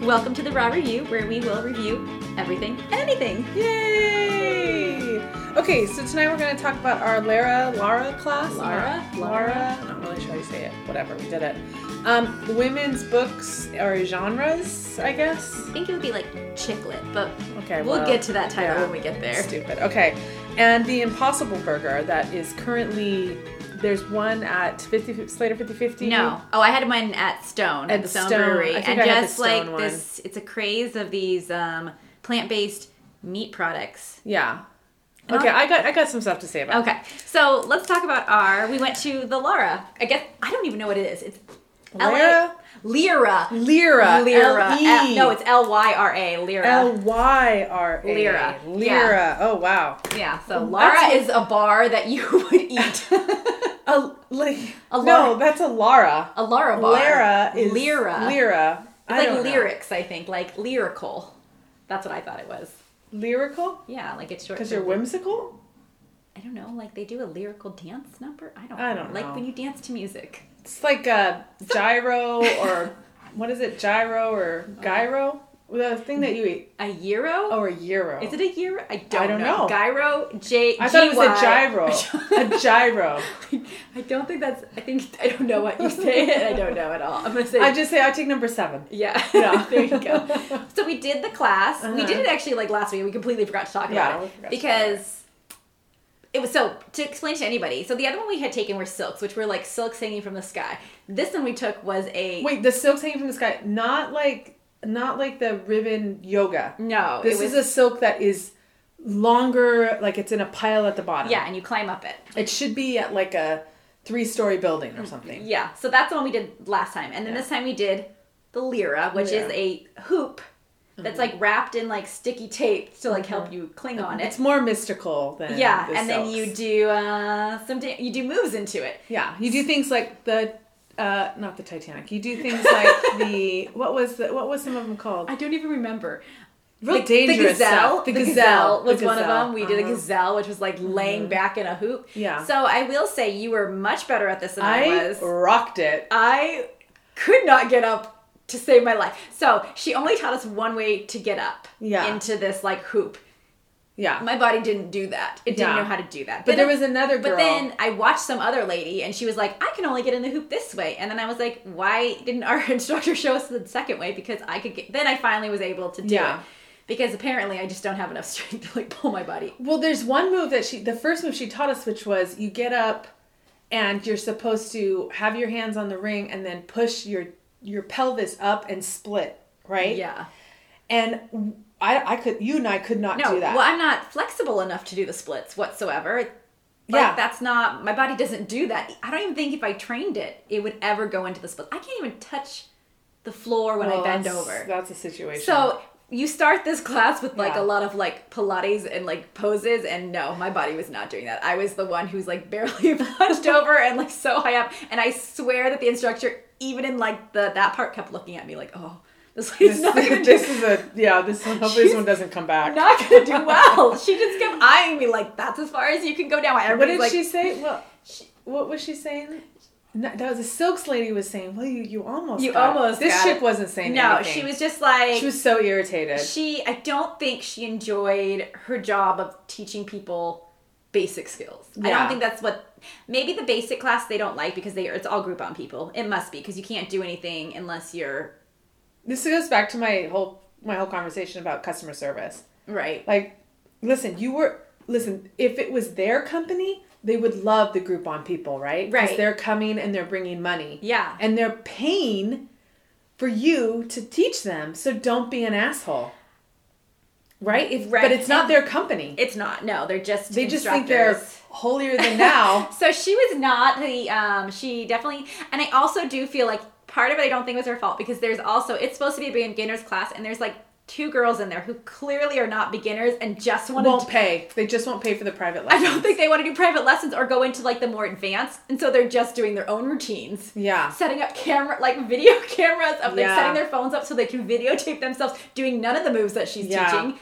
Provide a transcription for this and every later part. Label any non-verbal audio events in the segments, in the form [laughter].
Welcome to the Raw Review, where we will review everything and anything. Yay! Okay, so tonight we're going to talk about our Lara Lara class. Lara? Lara. Lara? I'm not really sure how you say it. Whatever, we did it. Um, women's books or genres, I guess. I think it would be like chiclet, but Okay, we'll well, get to that title yeah. when we get there. Stupid. Okay, and the Impossible Burger that is currently there's one at 50 Slater 5050. No. Oh, I had mine at Stone at At the Stone, Stone. Brewery, I think and I had the just Stone like this, it's a craze of these um, plant-based meat products. Yeah. And Okay, I'll- I got I got some stuff to say about. Okay, so let's talk about our. We went to the Lara. I guess I don't even know what it is. It's LA Lara? Lyra. it. Lyra. Lyra. L-E. L- E. no, it's L Y R A. Lyra. E L Y R A. Lyra. Lyra. Yeah. Oh wow. yeah. So Lara That's what- is a bar that you [laughs] would [laughs] eat. A like A Lara. no, that's a Lara. a Lara bar. Lara is Lyra. Lyra. I It's don't like know. lyrics, I think, like lyrical. That's what I thought it was. Lyrical? Yeah, like it's short. Because for- you're whimsical. I don't know, like they do a lyrical dance number. I don't. I don't like know. when you dance to music. It's like a gyro or what is it? Gyro or gyro? The thing that you eat A euro. or a euro. Is it a gyro? I don't, Oh, I don't know. Gyro J. I thought it was a GY. [laughs] gyro. a gyro. I don't think that's. I think I don't know what you say. and I don't know at all. I'm gonna say. I just say I take number seven. yeah. [laughs] Yeah. there you go. [laughs] So we did the class. We Uh-huh. did it actually like last week. We completely forgot to talk Yeah, about we it forgot to talk about because. It was so to explain to anybody. So the other one we had taken were silks, which were like silks hanging from the sky. This one we took was a Wait, the silk's hanging from the sky. Not like not like the ribbon yoga. no. This it was is a silk that is longer, like it's in a pile at the bottom. yeah, and you climb up it. It should be at like a three story building or something. Yeah, so that's the one we did last time. And then this time we did the lira, which is Lyra. a hoop Mm-hmm. that's like wrapped in like sticky tape to like help you cling on it. It's more mystical than Yeah, the and then you silks. do uh some da- you do moves into it. yeah you do things like the uh not the Titanic you do [laughs] things like the what was the what was some of them called I don't even remember. real the, dangerous the gazelle, stuff. The, gazelle, was one of them. We did Uh-huh. a gazelle, which was like laying back in a hoop. Yeah. So I will say you were much better at this than I, I was. rocked it I could not get up to save my life. So she only taught us one way to get up Yeah. into this like hoop. yeah My body didn't do that. It didn't Yeah. know how to do that. but there Then- was another girl But then I watched some other lady and she was like, I can only get in the hoop this way. And then I was like, why didn't our [laughs] instructor show us the second way? Because I could get, then I finally was able to do Yeah. it. Because apparently I just don't have enough [laughs] strength to like pull my body. Well, there's one move that she, the first move she taught us, which was you get up and you're supposed to have your hands on the ring and then push your your pelvis up and split, right? Yeah. And I, I could, you and I could not No, do that. well, I'm not flexible enough to do the splits whatsoever. Like, Yeah. that's not my body doesn't do that. I don't even think if I trained it, it would ever go into the splits. I can't even touch the floor when Well, I bend Oh, that's- over. That's a situation. So you start this class with like Yeah. a lot of like Pilates and like poses, and no, my body was not doing that. I was the one who's like [laughs] barely punched over and like so high up, and I swear that the instructor, even in like the that part, kept looking at me like, oh, this lady's this, not gonna do [laughs] this is a yeah. This [laughs] one, hopefully She's this one doesn't come back. not gonna [laughs] do well. She just kept eyeing me like that's as far as you can go down. what Everybody's did like, she say? Well, she, what was she saying? No, that was the silks lady was saying. Well, you you almost You got it." almost This got chick it. wasn't saying no, anything. she was just like she was so irritated. she I don't think she enjoyed her job of teaching people basic skills. I don't Yeah. think that's what maybe the basic class they don't like because they it's all group on people. It must be because you can't do anything unless you're this goes back to my whole my whole conversation about customer service right. like listen you were listen if it was their company they would love the groupon people right Right. they're coming and they're bringing money Yeah. and they're paying for you to teach them so don't be an asshole right if Right. but it's not And- their company It's not. No, they're just they just think they're instructors. holier than [laughs] now So she was not the um she definitely and I also do feel like part of it I don't think was her fault because there's also it's supposed to be a beginner's class and there's like two girls in there who clearly are not beginners and just want to won't pay they just won't pay for the private I lessons don't think they want to do private lessons or go into like the more advanced, and so they're just doing their own routines. yeah Setting up camera, like video [laughs] cameras, of like Yeah. setting their phones up so they can videotape themselves doing none of the moves that she's Yeah. teaching.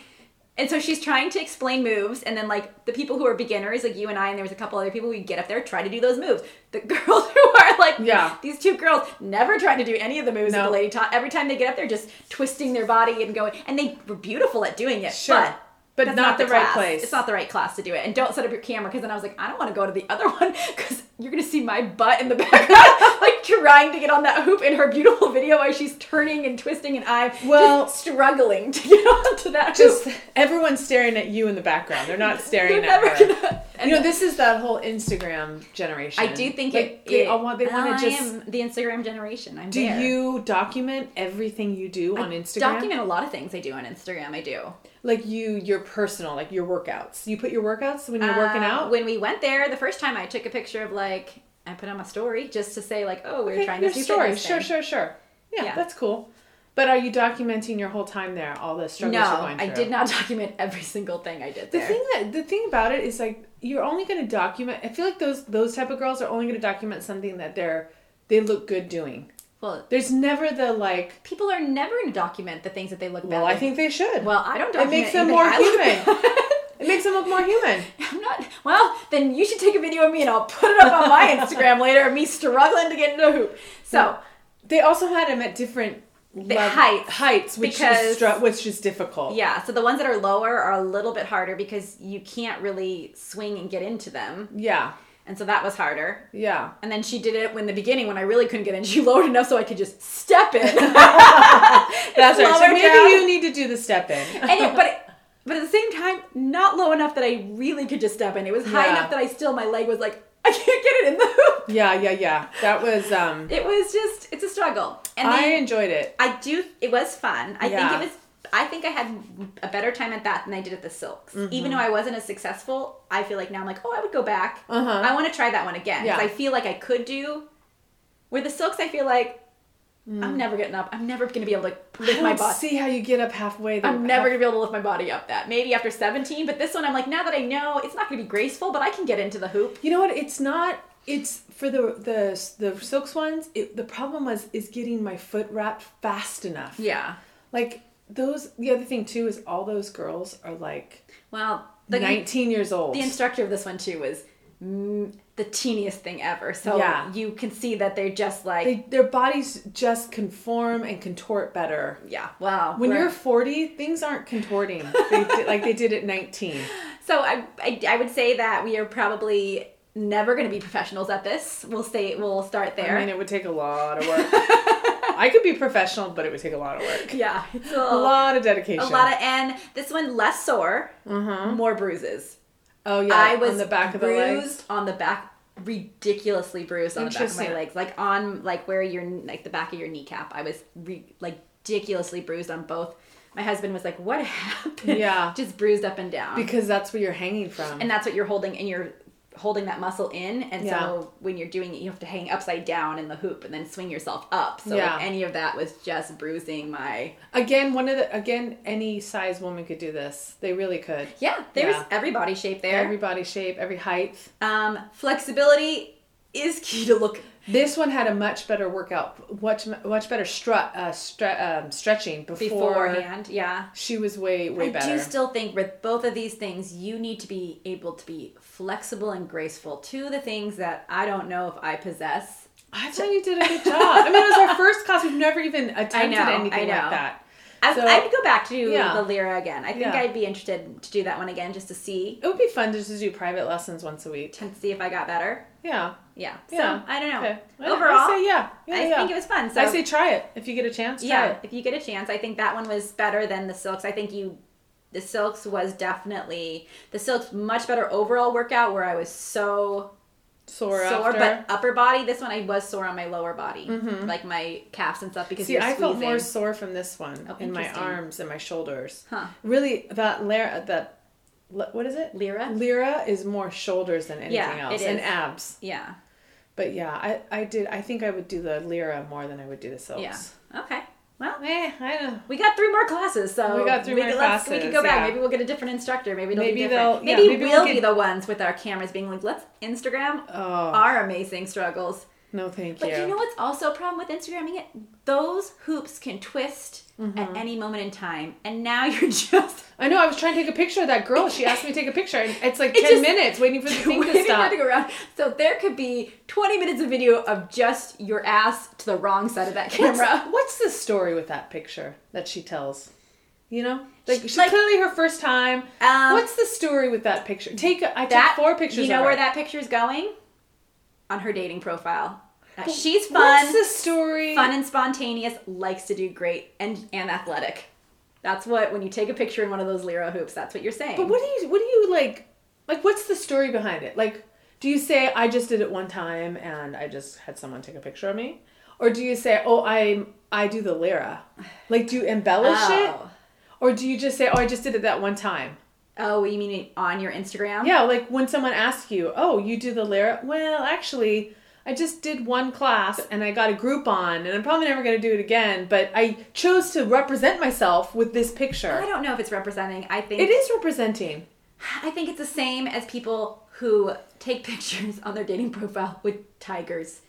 And so she's trying to explain moves, and then like the people who are beginners, like you and I, and there was a couple other people who get up there try to do those moves. The [laughs] girls who are like, Yeah. these two girls never trying to do any of the moves that No. the lady taught. Every time they get up there, just twisting their body and going, and they were beautiful at doing it, Sure. but. But that's not the right class. place. It's not the right class to do it. And don't set up your camera because then I was like, I don't want to go to the other [laughs] one because you're gonna see my butt in the background, [laughs] like trying to get on that hoop in her beautiful video where she's turning and twisting, and I'm Well- just struggling to get [laughs] onto that hoop. Just everyone's staring at you in the background. They're [laughs] not staring They're at never her. gonna- You know, this is that whole Instagram generation. I do think like, it. they it- all want they want I to just. am the Instagram generation. I'm Do there. you document everything you do on Instagram? document a lot of things I do on Instagram? I do. like you, your personal, like your workouts. You put your workouts when you're working Uh, out. When we went there the first time, I took a picture of like I put on my story just to say like, oh, we were Okay, trying your this new story. fitness Sure, thing. sure, sure. Yeah, Yeah. that's cool. But are you documenting your whole time there? All the struggles No, you're going I through. did not [laughs] document every single thing I did The there. thing that the thing about it is like you're only going to document. I feel like those those type of girls are only going to document something that they're they look good doing. well, There's never the like. people are never going to document the things that they look bad. Well, I at. think they should. Well, I don't it document. makes them anything more I look [laughs] human. bad. it makes them look more human. I'm not. Well, then you should take a video of me and I'll put it up on my [laughs] Instagram later of me struggling to get into a hoop. So, They also had them at different lev- heights, heights, which because- is str- which is difficult. yeah, so the ones that are lower are a little bit harder because you can't really swing and get into them. yeah, And so that was harder. yeah. And then she did it when the beginning when I really couldn't get in. She [laughs] lowered enough so I could just step in. [laughs] That's right. Lower So maybe down. you need to do the step in. and it, but it, but at the same time, not low enough that I really could just step in. It was high Yeah. enough that I still my leg was like [laughs] I can't get it in the hoop. yeah, yeah, yeah. That was. um It was just it's a struggle. And I then, enjoyed it. I do. It was fun. I Yeah. think it was. I think I had a better time at that than I did at the silks. Mm-hmm. Even though I wasn't as successful, I feel like now I'm like, oh, I would go back. Uh-huh. I want to try that one again. 'cause I Yeah. feel like I could do. With the silks, I feel like Mm. I'm never getting up. I'm never going to be able to I lift don't my body. see how you get up halfway. the- I'm never gonna be able to lift my body up that. Maybe after 17, but this one I'm like, now that I know, it's not gonna be graceful, but I can get into the hoop. You know what? It's not. It's for the the the silks ones. It, the problem was is getting my foot wrapped fast enough. Yeah. Like those. The other thing too is all those girls are like Well, the nineteen years old. the instructor of this one too was mm, the teeniest thing ever. So Yeah. you can see that they're just like, they, their bodies just conform and contort better. yeah, wow. When we're- you're 40, things aren't contorting they did, like they did at 19. so I, I I would say that we are probably never gonna be professionals at this. We'll say we'll start there. I mean, it would take a lot of [laughs] work. I could be professional, but it would take a lot of work. yeah, it's a, A lot of dedication. a lot of and this one less sore, more bruises. oh yeah, I was on the back of the bruised legs. on the back, ridiculously bruised on the back of my Interesting. legs, like on like where your like the back of your kneecap. I was re- like ridiculously bruised on both. My husband was like, "What [laughs] happened?" Yeah. just bruised up and down, Because that's where you're hanging from. and that's what you're holding, and you're holding that muscle in, and Yeah. so when you're doing it, you have to hang upside down in the hoop and then swing yourself up. So Yeah. like, any of that was just bruising my. again, one of the again, any size woman could do this. They really could. Yeah, there's Yeah. every body shape there. Every body shape, every height. um, flexibility is key to look This one had a much better workout, much much better strut, uh, stre- um, stretching before beforehand. Yeah. She was way way I better. do still think with both of these things, you need to be able to be flexible and graceful. Two of the things that I don't know if I possess. I thought you did a good job. I mean, it was our first class. We've never even attempted know, [laughs] I anything know. like that. I, So- I'd go back to Yeah. the Lyra again. I think Yeah. I'd be interested to do that one again just to see, It would be fun to just do private lessons once a week. to see if I got better. Yeah. Yeah. Yeah. So I don't know. Okay. I- Overall, I say yeah. Yeah, I yeah. think it was fun. So I say try it if you get a chance. Try yeah, it. if you get a chance, I think that one was better than the silks. I think you the silks was definitely the silks much better overall workout where I was so sore, Sore, after. Mm-hmm. but upper body. This one I was sore on my lower body, like my calves and stuff because See, you're I squeezing. felt more sore from this one Oh, in my interesting. arms and my shoulders. Huh. Really, that Lyra, that le- what is it? Lyra? Lyra is more shoulders than anything Yeah, else, it and is. abs. yeah, But yeah, I, I did. I think I would do the Lyra more than I would do the silks. yeah. Okay, well. Eh, I don't. We got three more classes, so We got three more could- let's- We classes, could go back. yeah. Maybe we'll get a different instructor. Maybe it'll Maybe be they'll- different. yeah, Maybe, maybe we'll we be could- the ones with our cameras being like, let's Instagram Oh. our amazing struggles. No, thank But you. you know what's also a problem with Instagramming it? Those hoops can twist Mm-hmm. at any moment in time, and now [laughs] you're just I know. I was trying to take a picture of that girl. She asked me to take a picture, and it's like [laughs] It ten just- minutes waiting for the [laughs] thing waiting for to it stop. to go around. So there could be 20 minutes of video of just your ass to the wrong side of that camera. What's, [laughs] what's the story with that picture that she tells? You know, like she's like- clearly her first time. Um, what's the story with that picture? Take a- I That took four pictures. You know of her. where that picture's going? On her dating profile. Now, she's fun, What's the story? fun and spontaneous, likes to do great and and athletic. That's what when you take a picture in one of those Lero hoops, that's what you're saying. But what do you what do you like like what's the story behind it? Like do you say I just did it one time and I just had someone take a picture of me? Or do you say, "Oh, I I do the lira." Like do you embellish it? oh. Or do you just say, "Oh, I just did it that one time?" oh, you mean on your Instagram? Yeah, like when someone asks you, "Oh, you do the lira?" Well, actually, I just did one class and I got a group on and I'm probably never going to do it again, but I chose to represent myself with this I picture. don't know if it's representing. I think It is representing. I think it's the same as people who take [laughs] pictures on their dating profile with tigers.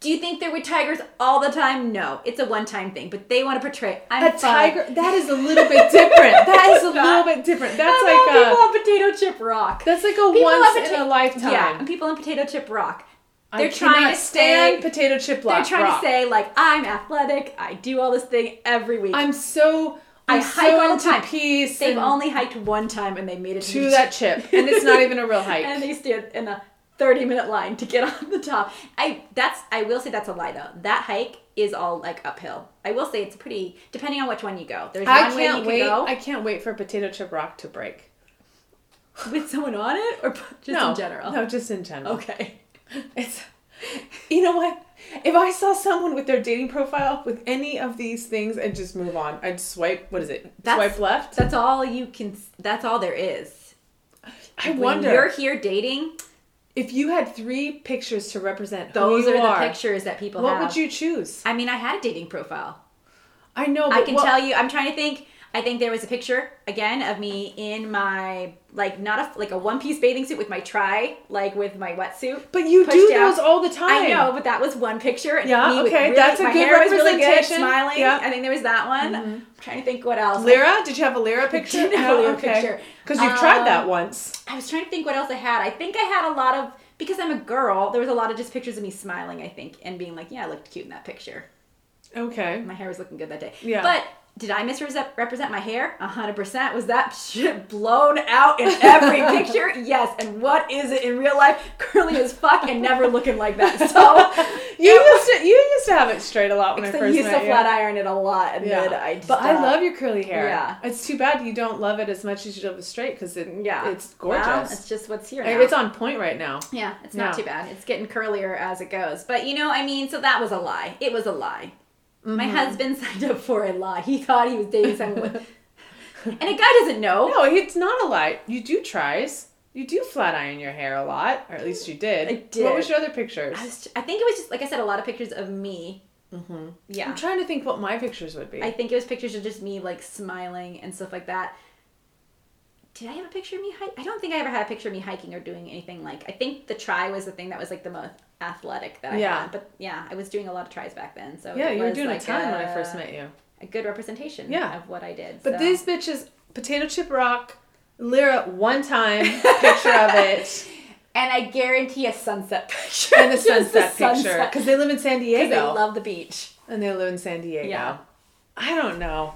Do you think they're with tigers all the time? No, it's a one-time thing. But they want to portray I'm A fun. tiger. That is a little bit different. That is a [laughs] It's not. little bit different. That's That's like like people a. on potato chip rock. That's like a People once on in pota- a lifetime. Yeah, and people on potato chip rock. I They're trying cannot to stand Say, potato chip they're lock. trying rock. to say like I'm athletic. I do all this thing every week. I'm so. I'm I hike so all the to time. Peace. They've and only hiked one time and they made it to, to the that chip, and it's [laughs] not even a real hike. and they stand in a 30 minute line to get [laughs] on the top. I that's I will say that's a lie though. That hike is all like uphill. I will say it's pretty depending on which one you go. There's I one way you can't can wait. go I can't wait for potato chip rock to break. [laughs] with someone on it or [laughs] just no, in general. No, just in general. Okay. [laughs] It's. [laughs] You know what? If I saw someone with their dating profile with any of these things and just move on, I'd swipe. What is it? That's- swipe left. That's all you can that's all there is. I When wonder. you're here dating, If you had three pictures to represent those who Oh, are you the are, pictures that people what have. would you choose? I mean, I had a dating profile. I know, but I can what- tell you. I'm trying to think. I think there was a picture again of me in my like not a like a one piece bathing suit with my try like with my wetsuit. But you pushed do out. those all the time. I know, but that was one picture. and Yeah, me with okay, really- that's a my good hair was really good, representation. smiling. Yeah. Mm-hmm. I think there was that one. I'm trying to think what else. Lyra, did you have a Lyra picture? did have a Lyra picture. Because you've tried that Um, once. I was trying to think what else I had. I think I had a lot of because I'm a girl. There was a lot of just pictures of me smiling. I think and being like, yeah, I looked cute in that picture. [laughs] Okay. My hair was looking good that day. Yeah. But did I misrepresent my hair? A hundred percent. Was that shit blown out in [laughs] every picture? Yes. And what is it in real life? Curly as fuck and never looking like that. So You used to you used to have it straight a lot [laughs] [laughs] when I I first used to met you. flat iron it a lot, and yeah, then I just. but I uh, love your curly hair. Yeah. it's too bad you don't love it as much as you love it straight because it Yeah. it's gorgeous. Well, it's just what's here. Like, now. it's on point right now. Yeah, it's not No. too bad. It's getting curlier as it goes. But you know, I mean, so that was a lie. It was a lie. My Mm-hmm. husband [laughs] signed up for a lie. He thought he was dating someone. with- and a guy doesn't know. No, it's not a lie. You do tries. You do flat iron your hair a lot, or at least you did. I did. What was your other pictures? I, was, I think it was just like I said, a lot of pictures of me. Mm-hmm. I'm Yeah, trying to think what my pictures would be. I think it was pictures of just me like smiling and stuff like that. Did I have a picture of me hiking? I don't think I ever had a picture of me hiking or doing anything like. I think the try was the thing that was like the most athletic that I Yeah. had. But yeah, I was doing a lot of tries back then, so yeah, it you were was, doing like, a ton when I uh, first met you. A good representation, Yeah. of what I did. But so. these bitches, potato chip rock, Lyra, one time picture of [laughs] it, and I guarantee a sunset picture and the [laughs] Just the sunset picture sunset. because they live in San 'Cause they Diego love the beach. and they live in San Diego. Yeah. I don't know.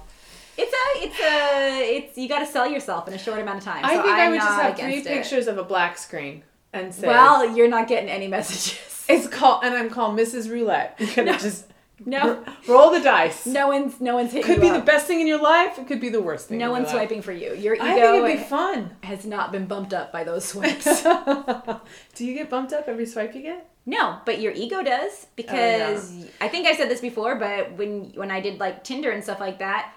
It's a, it's a, it's you got to sell yourself in a short amount of time. I so think i I'm would just not have three against it. pictures of a black screen and say, Well, you're not getting any [laughs] messages. it's called, and I'm called Mrs. Roulette. [laughs] You're gonna just No, r- roll the dice. no one's no one's hitting could you be up. the best thing in your life. It could be the worst thing. No in one's your life. swiping for you. Your ego I think it'd be fun. has not been bumped up by [laughs] those swipes. [laughs] Do you get bumped up every swipe you get? no, but your ego Oh, does because I think I've said this before, but when when I did like Tinder and stuff like that,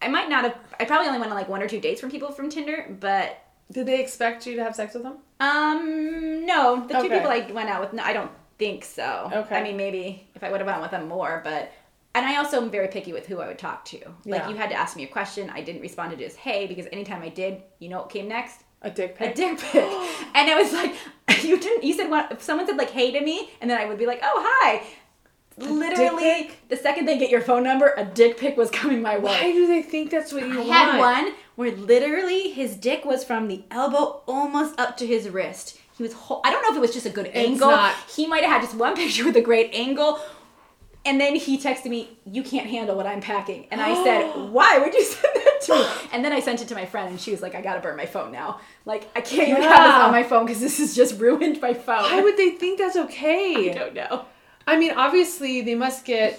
I might not have. I probably only went on like one or two dates from people from Tinder, but Did they expect you to have sex with them? um, no, the two Okay. people I went out with, no, I don't think so. Okay. I mean, maybe if I would have went with them more, but and I also am very picky with who I would talk to. Like Yeah. you had to ask me a question, I didn't respond to just hey because anytime I did, you know what came next? A dick a pic. dick [gasps] pic. and it was like, [laughs] you didn't, you said, what, if someone said like, hey to me, and then I would be like, oh, hi. Literally, the second they get your phone number, a dick pic was coming my Why way. do they think that's what you I want? had one where literally his dick was from the elbow almost up to his wrist. He was, ho- I don't know if it was just a good angle. not- He might have had just one [laughs] picture with a great angle. And then he texted me, You can't handle what I'm packing. And I [gasps] said, Why would you send that to me? And then I sent it to my friend, and she was like, I gotta burn my phone now. Like, I can't even have this Yeah. on my phone because this has just ruined my phone. Why would they think that's okay? [laughs] I don't know. I mean, obviously they must get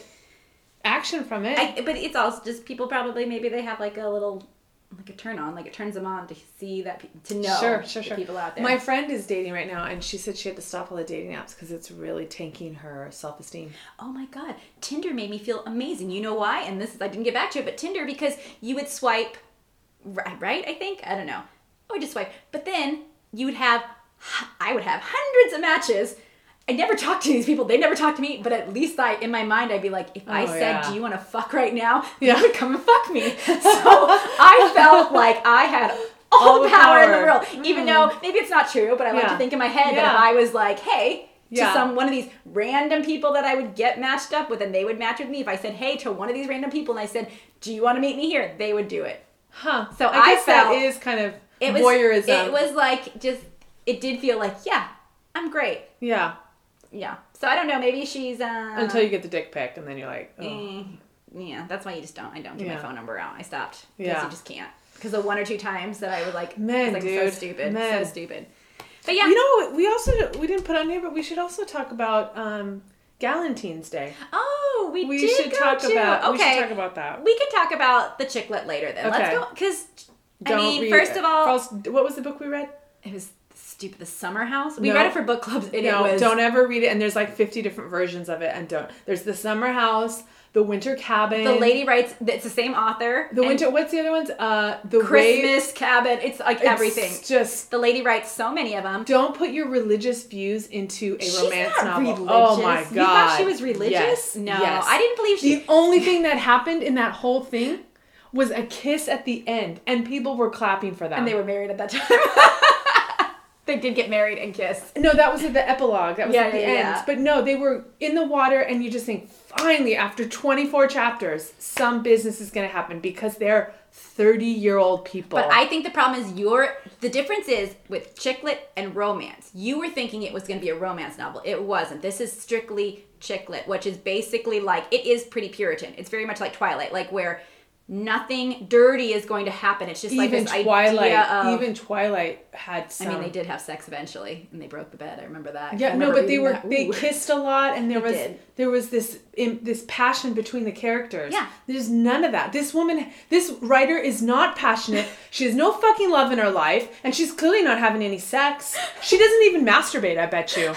action from it. I, but it's also just people probably maybe they have like a little like a turn on, like it turns them on to see that pe- to know sure, sure, the sure. people out there. My friend is dating right now, and she said she had to stop all the dating apps because it's really tanking her self esteem. oh my god, Tinder made me feel amazing. You know why? And this is I didn't get back to it, but Tinder because you would swipe right, right I think I don't know, or just swipe. But then you would have I would have hundreds of matches. I never talked to these people. They never talked to me. But at least I, in my mind, I'd be like, if I Oh, said, yeah. "Do you want to fuck right now?" [laughs] Yeah. you would come and fuck me. So I felt like I had all, the power, in the power. Mm-hmm. world, even though maybe it's not true. But I like to Yeah. think in my head that Yeah. if I was like, "Hey," to Yeah. some one of these random people that I would get matched up with and they would match with me. If I said hey to one of these random people and I said, Do you want to meet me here? They would do it. Huh. So I I guess felt- that is kind of It was voyeurism. It was like just it did feel like, yeah, I'm great. yeah. Yeah. So I don't know, maybe she's uh Until you get the dick pic, and then you're like, oh. eh, Yeah, that's why you just don't I don't get my Yeah. phone number out. I stopped. Because Yeah. you just can't. Because the one or two times that I would like Men, was, like dude. so stupid. Men. So stupid. But yeah. You know, we also we didn't put on here, but we should also talk about um, Galentine's Day. oh, we, We did should go talk to- about. okay. We should talk about that. We can talk about the chicklet later then. Let's Okay. go because I Don't mean, read first it. of all, False- what was the book we read? it was stupid. The summer house. We No. read it for book clubs. And no, it was, don't ever read it. And there's like 50 different versions of it. And don't. There's the summer house, the winter cabin, The lady writes. It's the same author. the and winter. What's the other ones? Uh, the Way, Christmas cabin. It's like It's everything. Just The lady writes so many of them. don't put your religious views into a She's romance not novel. religious. Oh my god! You thought she was religious? Yes, No, yes. I didn't believe she. The only thing that happened in that whole thing was a kiss at the end, and people were clapping for that. and they were married at that time. [laughs] they did get married and kiss. no, that was at the epilogue. That was Yeah, at the yeah, end. yeah. But no, they were in the water, and you just think, finally, after 24 chapters, some business is going to happen because they're 30 year old people. But I think the problem is your. The difference is with chicklet and romance. You were thinking it was going to be a romance novel. It wasn't. This is strictly chicklet, which is basically like it is pretty Puritan. It's very much like Twilight, like where nothing dirty is going to happen. It's just like even this Twilight, idea of. even Twilight had some. I mean, they did have sex eventually, and they broke the bed. I remember that. I Yeah, no, remember but they reading were that. they Ooh. kissed a lot, and there was did. there was this im this passion between the characters. Yeah. there's none of that. This woman, this writer, is [laughs] not passionate. she has no fucking love in her life, and she's clearly not having any sex. She doesn't even masturbate. I bet [laughs] you,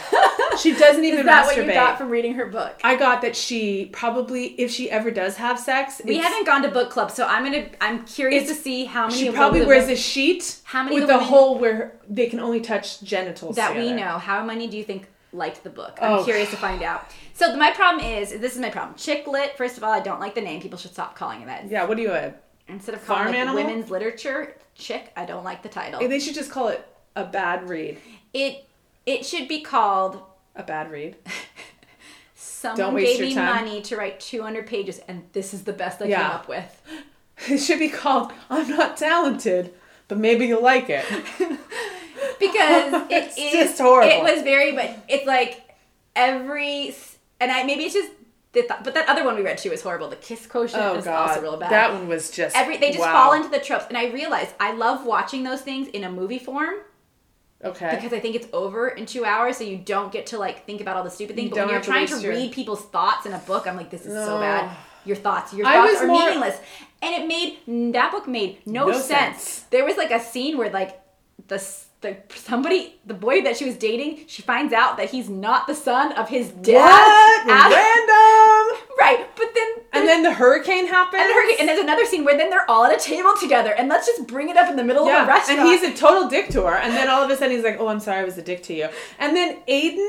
she doesn't even Is that masturbate. what you got from reading her book? I got that she probably, if she ever does have sex, we it's- haven't gone to book club, so I'm gonna. I'm curious to It's- see how many. She of probably the wears women a sheet How many of with the a women- hole where they can only touch genitals that we together. know. How many do you think liked the book? I'm Oh. curious to find out. So th- my problem is this is my problem. Chicklit. First of all, I don't like the name. People should stop calling it that. Yeah, what do you? Uh, Instead of calling Farm it animal? women's literature, chick. I don't like the title. they should just call it a bad read. It it should be called. A bad read. [laughs] Someone waste gave your me time. money to write 200 pages, and this is the best I Yeah. came up with. It should be called I'm Not Talented, but Maybe You [laughs] Like It. [laughs] because it It's is- just horrible. It was very, but it's like every s- and I maybe it's just the th- but that other one we read too was horrible. The kiss quotient Oh, was God. also real bad. That one was just. Every they just wow. fall into the tropes, and I realized I love watching those things in a movie form Okay. because I think it's over in two hours, so you don't get to like think about all the stupid things. You but when don't you're trying have to to waste your- read people's thoughts in a book, I'm like, this is so No. bad. Your thoughts, your I thoughts was are more- meaningless. And it made that book made no, No sense. sense. There was like a scene where like the s- the somebody the boy that she was dating, she finds out that he's not the son of his dad. what? As- Random! [laughs] right, but then And then the hurricane happened. and, her, and there's another scene where then they're all at a table together, and let's just bring it up in the middle of a yeah, restaurant. and he's a total dick to her. And then all of a sudden he's like, oh, I'm sorry, I was a dick to you. And then Aiden,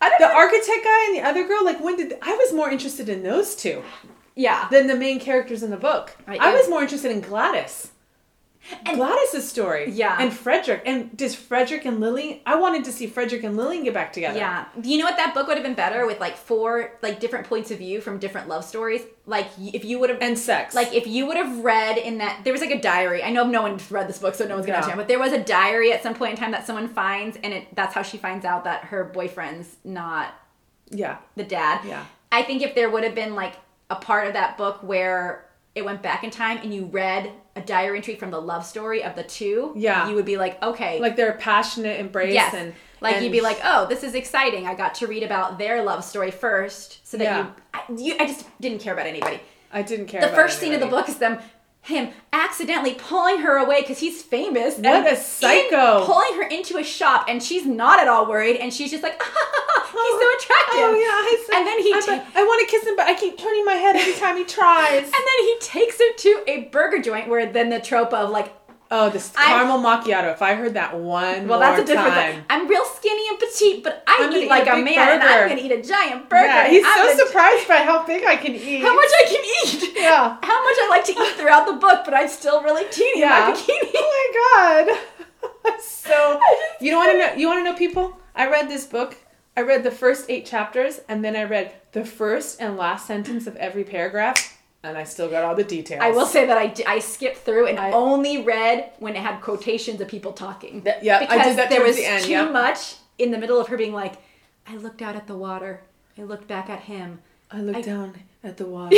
I don't the know. architect guy, and the other girl, like, when did. I was more interested in those two yeah. than the main characters in the book. Right, I yeah. was more interested in Gladys. And- Gladys's story. Yeah. And Frederick. And does Frederick and Lily? I wanted to see Frederick and Lily get back together. Yeah. You know what? That book would have been better with like four like different points of view from different love stories. Like y- if you would have And sex. like if you would have read in that there was like a diary. I know no one's read this book, so no one's gonna No. understand. But there was a diary at some point in time that someone finds, and it that's how she finds out that her boyfriend's not yeah. the dad. Yeah. I think if there would have been like a part of that book where it went back in time and you read a diary entry from the love story of the two, Yeah. you would be like, okay, Like their passionate embrace yes, and like and- you'd be like, oh, this is exciting. I got to read about their love story first, so that Yeah. you, I, you, I just didn't care about anybody. I didn't care. The about first scene of the anybody. book is them. Him accidentally pulling her away because he's famous. What and a psycho. in- pulling her into a shop, and she's not at all worried, and she's just like, [laughs] "Oh, he's so attractive. Oh yeah, I said, And then he I'm like, I want to kiss him, but I keep turning my head every time he tries. And then he takes her to a burger joint where then the trope of like, oh, this I- caramel macchiato. If I heard that one, well, that's a more different time. thing. I'm real skinny and petite, but I I'm gonna eat eat like a a, big man and I'm burger. going to eat a giant burger. Yeah, and he's I'm so a- surprised by how big I can eat. How much I can eat. Yeah. [laughs] How much I like to eat throughout the book, but I'm still really teeny Yeah. in my bikini. Oh [laughs] my god. so just- you don't want to know. You want to know, people? I read this book. I read the first eight chapters, and then I read the first and last sentence of every paragraph, and I still got all the details. I will say that I, d- I skipped through and I- only read when it had quotations of people talking. That- yeah, I did because that there towards was the end, too yeah. much in the middle of her being like, I looked out at the water. I looked back at him. I looked I- down at [laughs] the water.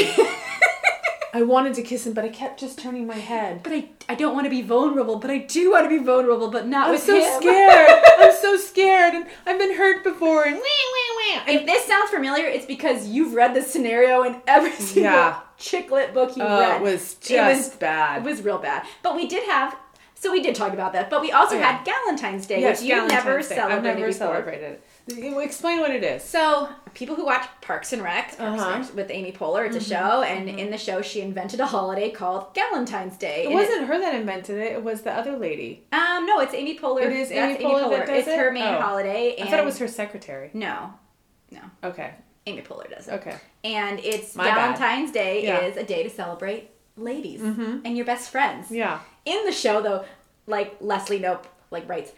I wanted to kiss him, but I kept just turning my head. But I, I don't want to be vulnerable, but I do want to be vulnerable, but not I'm with so him. scared. I'm so scared, and I've been hurt before. And wah, wah, wah. [laughs] And If this sounds familiar, it's because you've read this scenario in every single Yeah. chicklet book you oh, read. it was just It was- bad. It was real bad. But we did have, so we did talk about that, but we also Oh, yeah. had Galentine's Day, Yes, which you Valentine's never Day. celebrated I've never before. celebrated it. Explain what it is. So, people who watch Parks and Rec, Parks and Uh-huh. Mm-hmm. Rec with Amy Poehler, it's a show, and in the show, she invented a holiday called Galentine's Day. It and wasn't her that invented it. It was the other lady. um, no, it's Amy Poehler. It is That's Amy Poehler that does it's it? her main Oh. holiday. I And thought it was her secretary. No, no, Okay. Amy Poehler does it. Okay. and it's My bad. Valentine's Day Yeah. Mm-hmm. is a day to celebrate ladies and your best friends. Yeah. In the show, though, like Leslie Nope, like writes.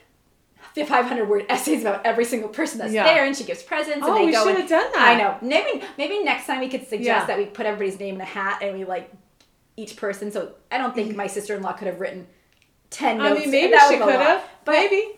500 word essays about every single person that's Yeah. there and she gives presents Oh, and they we go should and- have done that. i know maybe maybe next time we could suggest Yeah. that we put everybody's name in a hat and we like each person so i don't think my sister-in-law could have written 10 Mm-hmm. I notes mean, maybe That she would've been could a lot. have. Maybe.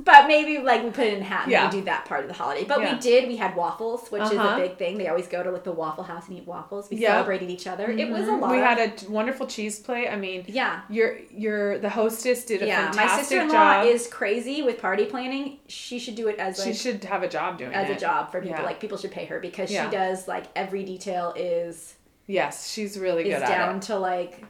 But maybe like we put it in a hat and Yeah. we do that part of the holiday. But Yeah. we did. We had waffles, which Uh-huh. is a big thing. They always go to like the Waffle House and eat waffles. We Yeah. celebrated each other. It was a lot. Mm-hmm. We of- had a wonderful cheese plate. I mean, yeah. your your the hostess did a Yeah, my fantastic sister-in-law job. is crazy with party planning. She should do it as she like should have a job doing as it. a job for people. Yeah. Like people should pay her because Yeah. she does like every detail is Yes, she's really is good at down it. to like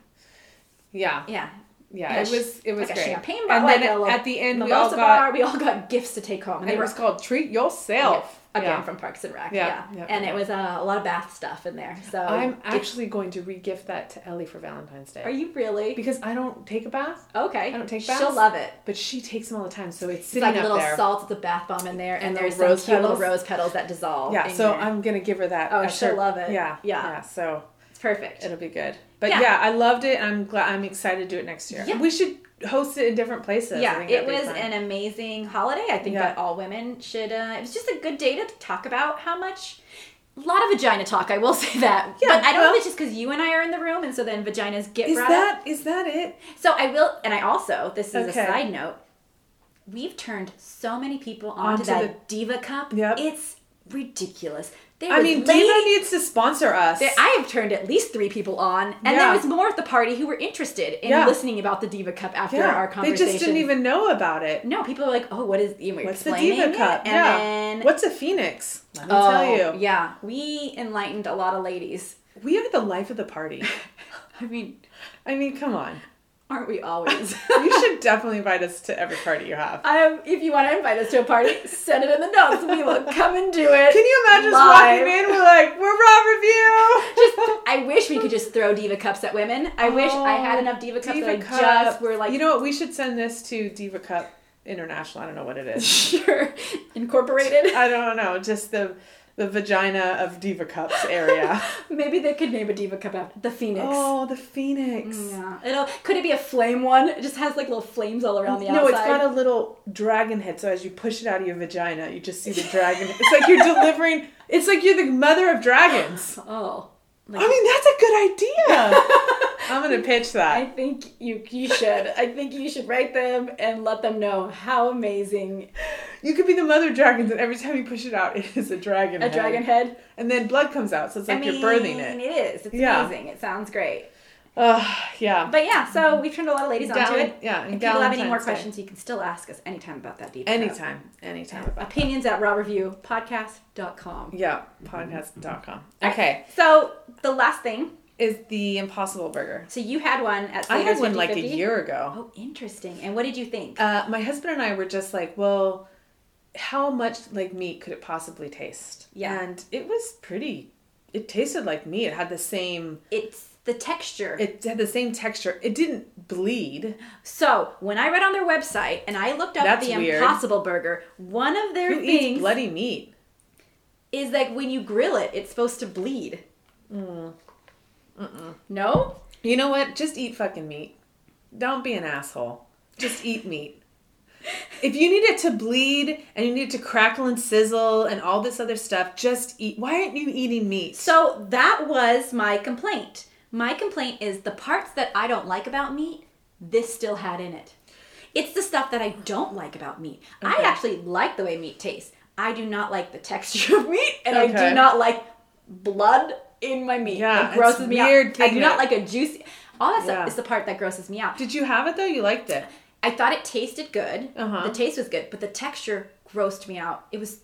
Yeah, yeah. yeah. Yeah, it sh- was it was like a great. champagne and bottle, then like a little at the end we mimosa all bar. got We all got gifts to take home, and they it were was called treat yourself. again Yeah. from Parks and Rec. Yeah, Yeah, yeah. and it was uh, a lot of bath stuff in there. So I'm did- actually going to re-gift that to Ellie for Valentine's Day. Are you really? because I don't take a bath, Okay. I don't take She'll baths. love it. but she takes them all the time, so it's It's sitting like up little there. salt with the bath bomb in there, and, And there's little some rose cute little petals. rose petals that dissolve. yeah, in so there. I'm gonna give her that. Oh, as she'll her- love it. Yeah, Yeah. So it's perfect. it'll be good. But yeah, Yeah. I loved it. I'm glad. I'm excited to do it next year. Yeah. We should host it in different places. I yeah, think it that'd be was fun. an amazing holiday. I think Yeah. that all women should. Uh, it was just a good day to talk about how much. A lot of vagina talk, I will [laughs] say that. Yeah, but I don't know well- if it's just because you and I are in the room, and so then vaginas get Is brought up. that is that it? So I will, and I also, this is a Okay. side note, we've turned so many people onto, Onto that Diva Cup. Yep. It's ridiculous. There I was mean, lady- Diva needs to sponsor us. there- I have turned at least three people on, and Yeah. there was more at the party who were interested in Yeah. listening about the Diva Cup after yeah, our they conversation. just didn't even know about it. No, people are like, "Oh, what is?" And we were What's the explaining Diva it, Cup? And yeah. then What's a phoenix? Let me Oh, tell you. Yeah, we enlightened a lot of ladies. [laughs] We are the life of the party. [laughs] I mean, I mean, come on. aren't we always? [laughs] You should definitely invite us to every party you have. Um, if you want to invite us to a party, send it in the notes. We will come and do it. Can you imagine us live. walking in? We're like, we're raw review. Just, I wish we could just throw diva cups at women. I wish [laughs] I had enough diva cups that I just were like, Oh, you know what? We should send this to [laughs] Diva Cup International. I don't know what it is. sure, incorporated. I don't know. Just the the vagina of diva cups [laughs] area. Maybe they could name a diva cup after the Phoenix. oh, the phoenix. Mm, Yeah. It'll could it be a flame one? It just has like little flames all around the No, outside. it's got a little dragon head. So as you push it out of your vagina, you just see the dragon. It's like you're delivering. It's like you're the mother [laughs] of dragons. Oh. Like, I mean, that's a good idea. I'm gonna [laughs] pitch I that. think you you should. I think you should write them and let them know how amazing You could be the mother of dragons, and every time you push it out, [laughs] it is a dragon. a head. dragon head. And then blood comes out, so it's like I you're birthing mean, it. It is. It's Yeah. amazing. It sounds great. Ugh, yeah. But yeah, so we've turned a lot of ladies onto Gal- it. Mm-hmm. yeah, and If people have any more Galentine's Day. questions, you can still ask us anytime about that deep. Anytime, anytime. About Opinions at rawreviewpodcast.com. Yeah, podcast.com. Okay, So the last thing, is the Impossible Burger. so you had one at I had Slater's one like a 50-50. year ago. Oh, interesting. And what did you think? Uh, my husband and I were just like, well, how much like meat could it possibly taste? Yeah. And it was pretty. It tasted like meat. It had the same. it's the texture. It had the same texture. It didn't bleed. so when I read on their website and I looked up That's the weird. Impossible Burger, one of their Who eats things bloody meat? is that when you grill it, it's supposed to bleed. Mm. No? You know what? Just eat fucking meat. Don't be an asshole. Just eat meat. If you need it to bleed and you need it to crackle and sizzle and all this other stuff, just eat. Why aren't you eating meat? So that was my complaint. My complaint is the parts that I don't like about meat, this still had in it. It's the stuff that I don't like about meat. I actually like the way meat tastes. I do not like the [laughs] texture of meat, and I Okay. do not like blood in my meat. Yeah, it grosses it's me weird, out. I do isn't not it? like a juicy. All that Yeah. stuff is the part that grosses me out. Did you have it though? You liked it. I thought it tasted good. Uh-huh. The taste was good, but the texture grossed me out. It was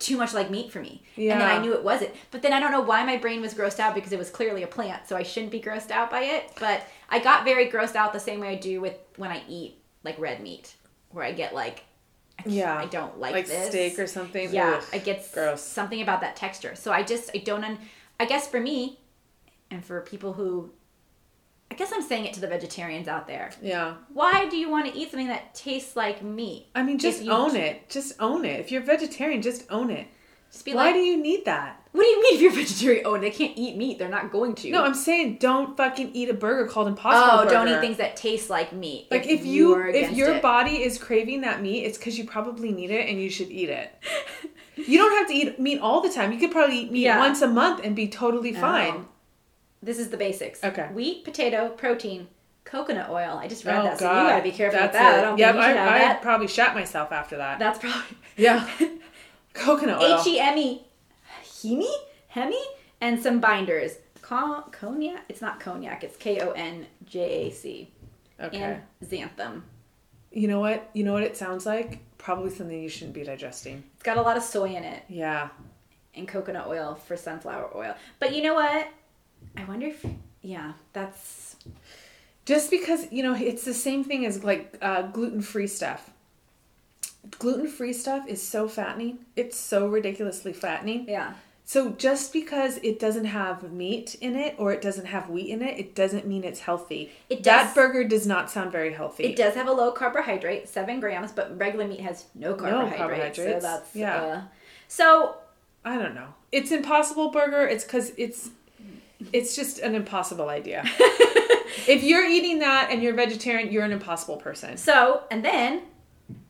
too much like meat for me. And then Yeah. I knew it wasn't. But then I don't know why my brain was grossed out because it was clearly a plant, so I shouldn't be grossed out by it. But I got very grossed out the same way I do with when I eat like red meat, where I get like I just- Yeah. I don't like, Like this. steak or something? Yeah, Ugh, I get gross. gross. something about that texture. So I just I don't un- I guess for me and for people who I guess I'm saying it to the vegetarians out there Yeah. why do you want to eat something that tastes like meat? I mean, just own it. Just own it. If you're vegetarian, just own it. Just be Why like, do you need that? what do you mean if you're vegetarian? Oh, and they can't eat meat. They're not going to. No, I'm saying don't fucking eat a burger called oh, Impossible Burger. don't eat things that taste like meat. Like if you are if against your it. body is craving that meat, it's because you probably need it and you should eat it. you don't have to eat meat all the time. You could probably eat meat Yeah. once a month and be totally fine. Um, this is the basics. Okay. Wheat, potato, protein, coconut oil. I just read that, so Oh, God. you gotta be careful with That's that. I it. don't Yep, think you should have I, I that. probably shot myself after that. That's probably yeah, coconut [laughs] oil. H E M E, hemi, hemi, E? and some binders. Co- cognac. It's not cognac. It's K O N J A C. okay. And xanthan. You know what? You know what it sounds like? Probably something you shouldn't be digesting. It's got a lot of soy in it. Yeah. and coconut oil for sunflower oil. But you know what? I wonder if yeah, that's Just because, you know, it's the same thing as like uh, gluten free stuff. Gluten free stuff is so fattening. It's so ridiculously fattening. yeah. So just because it doesn't have meat in it or it doesn't have wheat in it, it doesn't mean it's healthy. It that does- burger does not sound very healthy. It does have a low carbohydrate, seven grams, but regular meat has no carbohydrate. So carbohydrates. that's Yeah. yeah. so I don't know. It's impossible burger. It's because it's it's just an [laughs] impossible idea. if you're eating that and you're vegetarian, you're an impossible person. so and then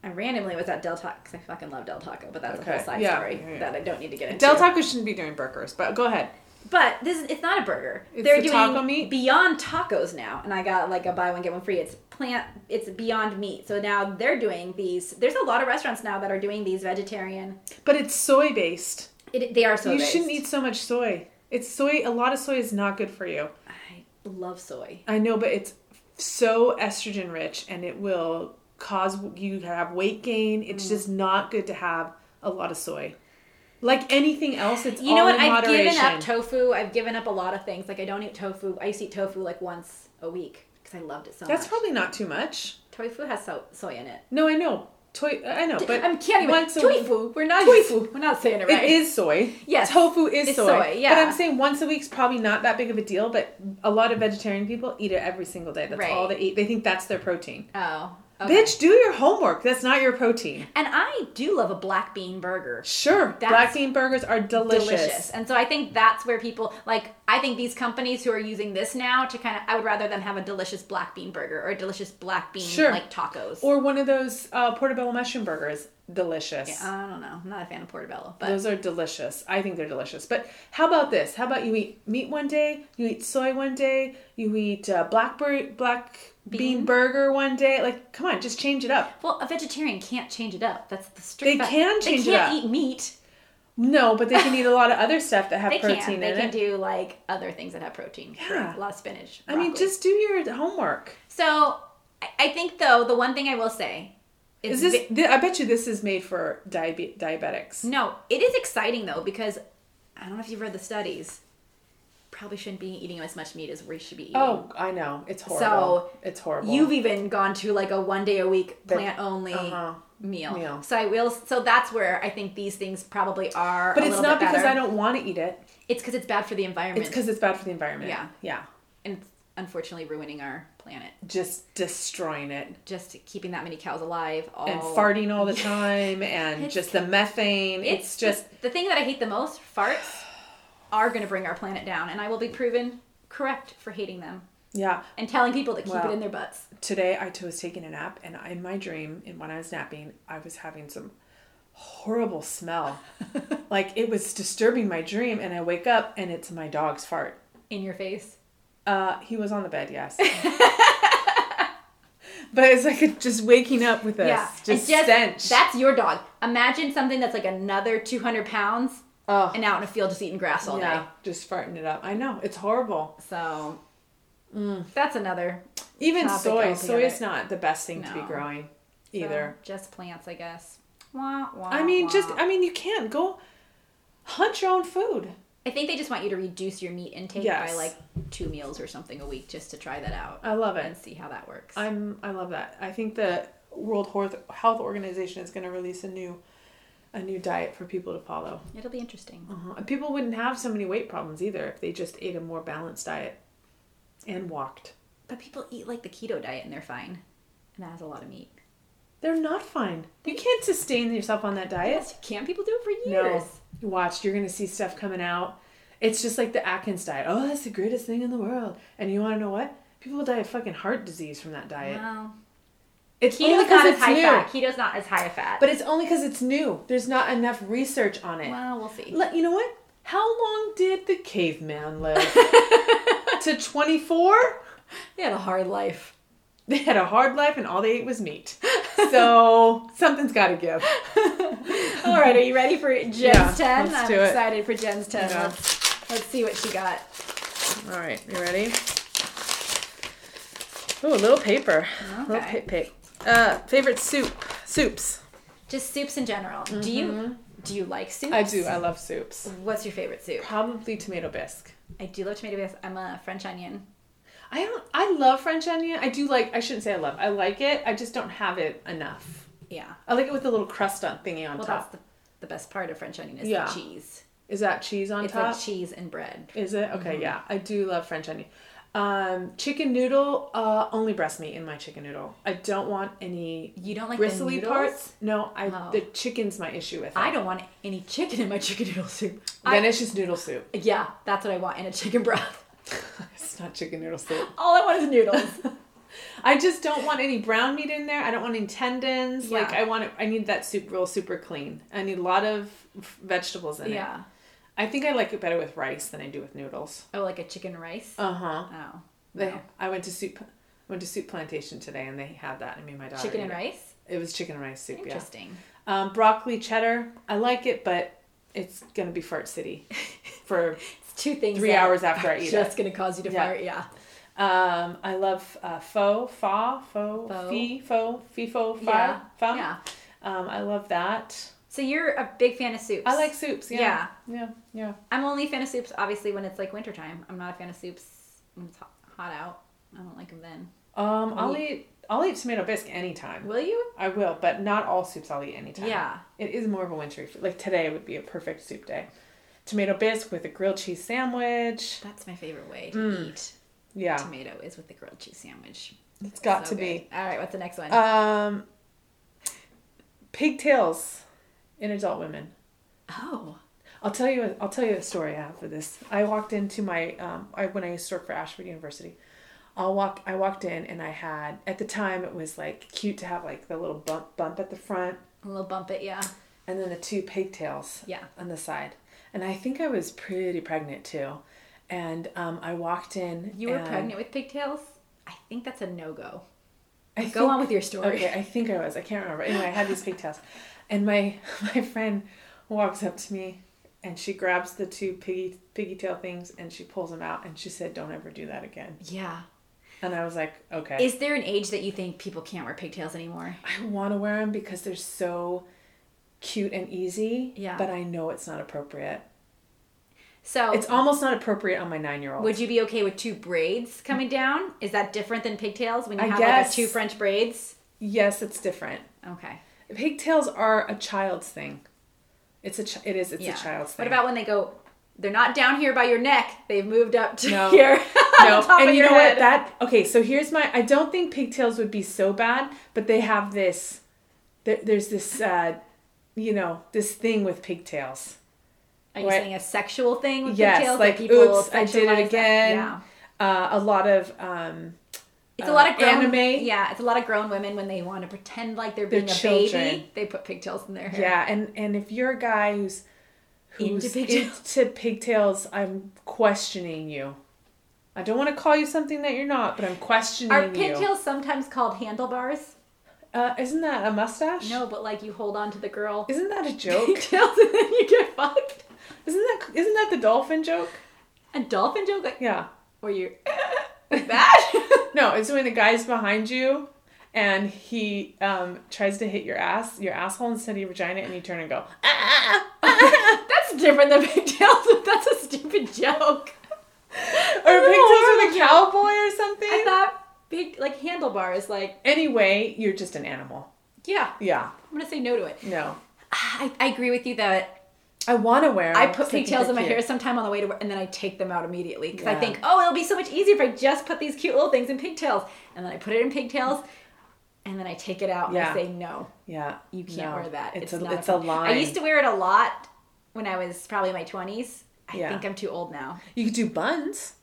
I randomly was at Del Taco because I fucking love Del Taco, but that's a Okay. whole side Yeah. story Yeah, yeah. that I don't need to get into. Del Taco shouldn't be doing burgers, but go ahead. But this is it's not a burger. It's They're the doing taco meat? beyond tacos now, and I got like a buy one get one free. It's plant. It's beyond meat. So now they're doing these. There's a lot of restaurants now that are doing these vegetarian. But it's soy based. It, they are so. you shouldn't eat so much soy. It's soy. A lot of soy is not good for you. I love soy. I know, but it's so estrogen rich, and it will cause you to have weight gain. Mm. It's just not good to have a lot of soy. Like anything else, it's You know all what? in I've moderation. given up tofu. I've given up a lot of things. Like I don't eat tofu. I used to eat tofu like once a week because I loved it so That's much. probably not too much. tofu has so- soy in it. No, I know. Toy, I know, but But I'm can't even once a week- tofu. We're not tofu. We're not saying it right. It is soy. Yes. Tofu is It's soy. soy, yeah. But I'm saying once a week's probably not that big of a deal, but a lot of vegetarian people eat it every single day. That's Right. all they eat. They think that's their protein. Oh. Bitch, do your homework. That's not your protein. And I do love a black bean burger. Sure, That's black bean burgers are delicious. Delicious. And so I think that's where people like I think these companies who are using this now to kind of I would rather them have a delicious black bean burger or a delicious black bean Sure. like tacos. Or one of those uh, portobello mushroom burgers. Delicious. I don't know. I'm not a fan of portobello, but Those are delicious. I think they're delicious. But how about this? How about you eat meat one day, you eat soy one day, you eat uh, blackberry black bean. Bean. burger one day. Like, come on, just change it up. well, a vegetarian can't change it up. That's the strict They fact. can change it They can't up. eat meat. No, but they can eat a lot of other stuff that [laughs] have They protein can. in They it. can do like other things that have protein. Sure. Yeah. A lot of spinach. I mean, broccoli. just do your homework. so. I- I think though the one thing I will say Is is this? thi- I bet you this is made for diabe- diabetics. No, it is exciting though because I don't know if you've read the studies. Probably shouldn't be eating as much meat as we should be eating. Oh, I know. It's horrible. So, it's horrible. You've even gone to like a one day a week The- plant only uh-huh. meal. Meal. So I will. So that's where I think these things probably are. but a it's little not bit because I better. don't want to eat it. It's because it's bad for the environment. It's because it's bad for the environment. Yeah. Yeah. and it's unfortunately ruining our planet. Just destroying it. Just keeping that many cows alive. All and farting [laughs] all the time and Oh. It's- just the methane. It's, It's just the, the thing that I hate the most. Farts are going to bring our planet down, and I will be proven correct for hating them yeah. and telling people to keep Wow. it in their butts. Today I t- was taking a nap and I, in my dream and when I was napping, I was having some horrible smell. [laughs] like it was disturbing my dream and I wake up and it's my dog's fart. in your face. Uh, he was on the [laughs] bed, yes. but it's like just waking up with a s- and just, stench. That's your dog. Imagine something that's like another 200 pounds oh, and out in a field just eating grass all yeah, day. just farting it up. I know it's horrible. So Mm. that's another. Even Topic soy, soy altogether. is not the best thing to be No. growing so either. just plants, I guess. Wah, wah, I mean, just wah. I mean, you can go hunt your own food. I think they just want you to reduce your meat intake Yes. by like two meals or something a week just to try that out I love and it. see how that works. I'm I love that. I think the World Health Health Organization is going to release a new a new diet for people to follow. It'll be interesting. Uh-huh. And people wouldn't have so many weight problems either if they just ate a more balanced diet and walked. But people eat like the keto diet and they're fine. And that has a lot of meat. They're not fine. You can't sustain yourself on that diet. Yes, you can. People do it for years. No. Watch, you're gonna see stuff coming out. It's just like the Atkins diet. Oh, that's the greatest thing in the world. And you wanna know what? People die of fucking heart disease from that diet. Well, It's only keto's because not as it's high new. fat. Keto's not as high a fat. But it's only because it's new. There's not enough research on it. well, we'll see. Let you know what? How long did the caveman [laughs] live? to 24? They had a hard life. They had a hard life and all they ate was meat. So something's got to give. [laughs] All right, are you ready for Jen's Yeah, 10? let's I'm do it. excited for Jen's 10. Yeah. Let's, let's see what she got. All right, you ready? Ooh, a little paper. Little Okay. pit pick. Uh, favorite soup. Soups. Just soups in general. Do you do you like soups? Mm-hmm. I do. I love soups. What's your favorite soup? Probably tomato bisque. I do love tomato base. I'm a French onion. I don't. I love French onion. I do like. I shouldn't say I love. I like it. I just don't have it enough. Yeah. I like it with the little crust on thingy on Well, that's top. the, the best part of French onion is Yeah. the cheese. Is that cheese Mm-hmm. on It's top? like cheese and bread. Is it okay? Yeah, I do love French onion. Um, chicken noodle. Uh, only breast meat in my chicken noodle. I don't want any You don't like the bristly noodles? parts. No, I Oh. the chicken's my issue with it. I don't want any chicken in my chicken noodle soup. Then I, it's just noodle soup. [laughs] yeah, that's what I want in a chicken broth. [laughs] It's not chicken noodle soup. All I want is noodles. I just don't want any brown meat in there. I don't want any tendons. Yeah. Like I want it. I need that soup real super clean. I need a lot of f- vegetables in [laughs] it. yeah. I think I like it better with rice than I do with noodles. Oh, like a chicken rice? Uh huh. Oh. no. I went to soup. Went to soup plantation today, and they had that. I mean, my daughter. Chicken and ate it. rice? It was chicken and rice soup. Yeah. Interesting. Um, broccoli cheddar. I like it, but it's gonna be fart [laughs] city for It's two things. three that hours after I are eat just it. gonna cause you to Yeah. fire. Yeah. Um, I love uh, faux, fa, faux, Pho. fee, faux, fee, faux, fa, Yeah. fa. Yeah. Um, I love that. So you're a big fan of soups. I like soups. Yeah. Yeah. Yeah. I'm only a fan of soups, obviously, when it's like wintertime. I'm not a fan of soups when it's hot, hot out. I don't like them then. Um, I'll Me- eat. I'll eat tomato bisque anytime. Will you? I will, but not all soups I'll eat anytime. Yeah. It is more of a wintry food. Like today would be a perfect soup day. Tomato bisque with a grilled cheese sandwich. That's my favorite way to eat Mm. Yeah. tomato is with the grilled cheese sandwich. It's got So to good. be. All right, what's the next one? Um, pigtails in adult women. oh. I'll tell you. A, I'll tell you a story I have for this. I walked into my um, I, when I used to work for Ashford University. I'll walk. I walked in and I had at the time it was like cute to have like the little bump bump at the front A little bump it, yeah. and then the two pigtails Yeah. on the side. And I think I was pretty pregnant too. And um, I walked in. You were and pregnant with pigtails? I think that's a no go. I Go on with your story. Okay, I think I was. I can't remember. Anyway, I had these pigtails, and my [laughs] my friend walks up to me, and she grabs the two piggy piggy tail things, and she pulls them out, and she said, "Don't ever do that again." Yeah. And I was like, "Okay." Is there an age that you think people can't wear pigtails anymore? I want to wear them because they're so cute and easy. Yeah. But I know it's not appropriate. So It's almost not appropriate on my nine year old. would you be okay with two braids coming down? Is that different than pigtails when you I have guess. like a two French braids? Yes, it's different. Okay. Pigtails are a child's thing. It's a. Ch- it is. It's Yeah. a child's thing. What about when they go they're not down here by your neck, they've moved up to No. [laughs] here. on no, top and of you your know what? head. That okay. So here's my. I don't think pigtails would be so bad, but they have this. There, there's this, uh, you know, this thing with pigtails. Are you What? saying a sexual thing with Yes, pigtails? that like people oops, I did sexualize it that? again. Yeah. Uh, a lot of um, It's uh, a lot of grown, anime. Yeah, it's a lot of grown women when they want to pretend like they're They're being a children. baby. They put pigtails in their hair. yeah, and and if you're a guy who's who's Into pigtails. into pigtails, I'm questioning you. I don't want to call you something that you're not, but I'm questioning Are you. pigtails sometimes called handlebars? Uh, isn't that a mustache? No, but like you hold on to the girl [laughs] Isn't that a joke? pigtails and then you get fucked. isn't that isn't that the dolphin joke? A dolphin joke like Yeah. where [laughs] you like that? [laughs] No, it's when the guy's behind you and he um, tries to hit your ass, your asshole instead of your vagina, and you turn and go, that's different than pigtails, [laughs] but that's a stupid joke. or pigtails with a cowboy or Oh, I something. thought big like handlebars like anyway, you're just an animal. yeah, Yeah, I'm gonna say no to it. no. I, I agree with you that I want to wear. I 'em put 'cause think pigtails in my they're hair cute. sometime on the way to work, and then I take them out immediately because I Yeah. think, oh, it'll be so much easier if I just put these cute little things in pigtails, and then I put it in pigtails, and then I take it out Yeah. and I say, no, Yeah, you can't no, wear that. It's, a not it's a fun- line. I used to wear it a lot when I was probably in my twenties. I Yeah. think I'm too old now. You could do buns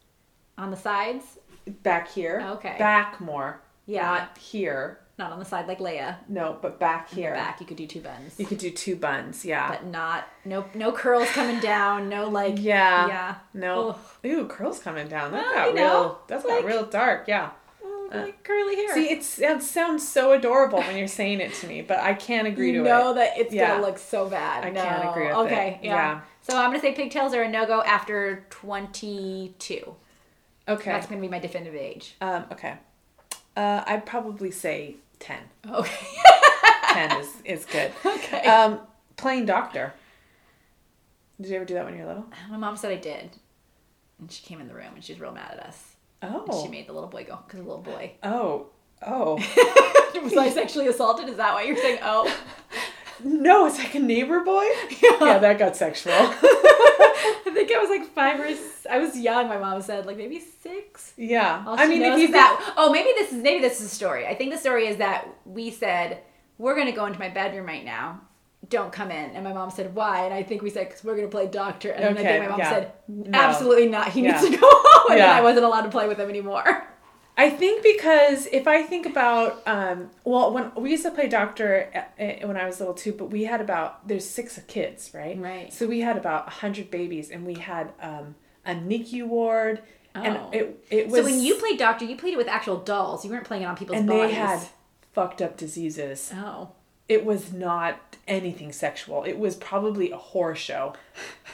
On the sides, back here. Oh, Okay. Back more. Yeah. Not here. not on the side like Leia. No, but back here. Back, you could do two buns, You could do two buns. Yeah. but not no no curls coming down. No like Yeah. yeah No. Ugh. Ooh, curls coming down. That Well, got you know, real. That's like- got real dark. Yeah. Mm, Oh, like curly hair. See, it's, it sounds so adorable when you're saying it to me, but I can't agree you to know it. that it's Yeah. gonna look so bad. I can't No. agree with okay, it. yeah. Yeah. So I'm gonna say pigtails are a no go after 22. Okay. That's gonna be my definitive age. Um, okay. Uh, I'd probably say 10. Okay. 10 is, is good. [laughs] Okay. Um, playing doctor. Did you ever do that when you were little? my mom said I did, and she came in the room and she was real mad at us. And Oh. Uh, She made the little boy go because the little [laughs] boy oh. [laughs] Oh. was I sexually assaulted. Is that why you're saying oh? no, it's like a neighbor boy? yeah that [laughs] got sexual. [laughs] I think I was like five or s- I was young. My mom said like maybe six. Yeah. All I she mean, if knows you is that. that oh maybe this is maybe this is a story. I think the story is that we said we're gonna go into my bedroom right now. Don't come in. And my mom said why? And I think we said because we're gonna play doctor. And then I Okay, think my mom yeah. said No. absolutely not. He Yeah. needs to go home. And then Yeah. I wasn't allowed to play with him anymore. I think because if I think about, um, well, when we used to play doctor uh, when I was little too, but we had about there's six kids, right? Right. So we had about hundred babies, and we had um, a NICU ward, Oh. and it it was so when you played doctor, you played it with actual dolls. You weren't playing it on people's and bodies. they had fucked up diseases. oh. It was not anything sexual. It was probably a horror show.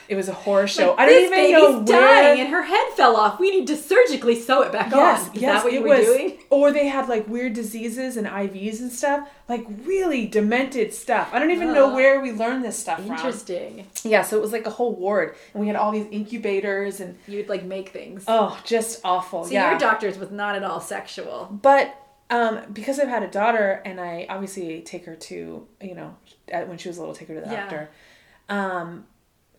It was a [laughs] horror show. I don't this even know baby's where. dying and her head fell off. We need to surgically sew it back Yes, on. Is yes, that what it you were was. doing? Or they had like weird diseases and IVs and stuff, like really demented stuff. I don't even know Ugh. where we learned this stuff from. Interesting. Yeah, so it was like a whole ward, and we had all these incubators and You would like make things. oh, just awful. so yeah, your doctor's was not at all sexual. but um, because I've had a daughter, and I obviously take her to you know at- when she was little, take her to the Yeah. doctor. Um,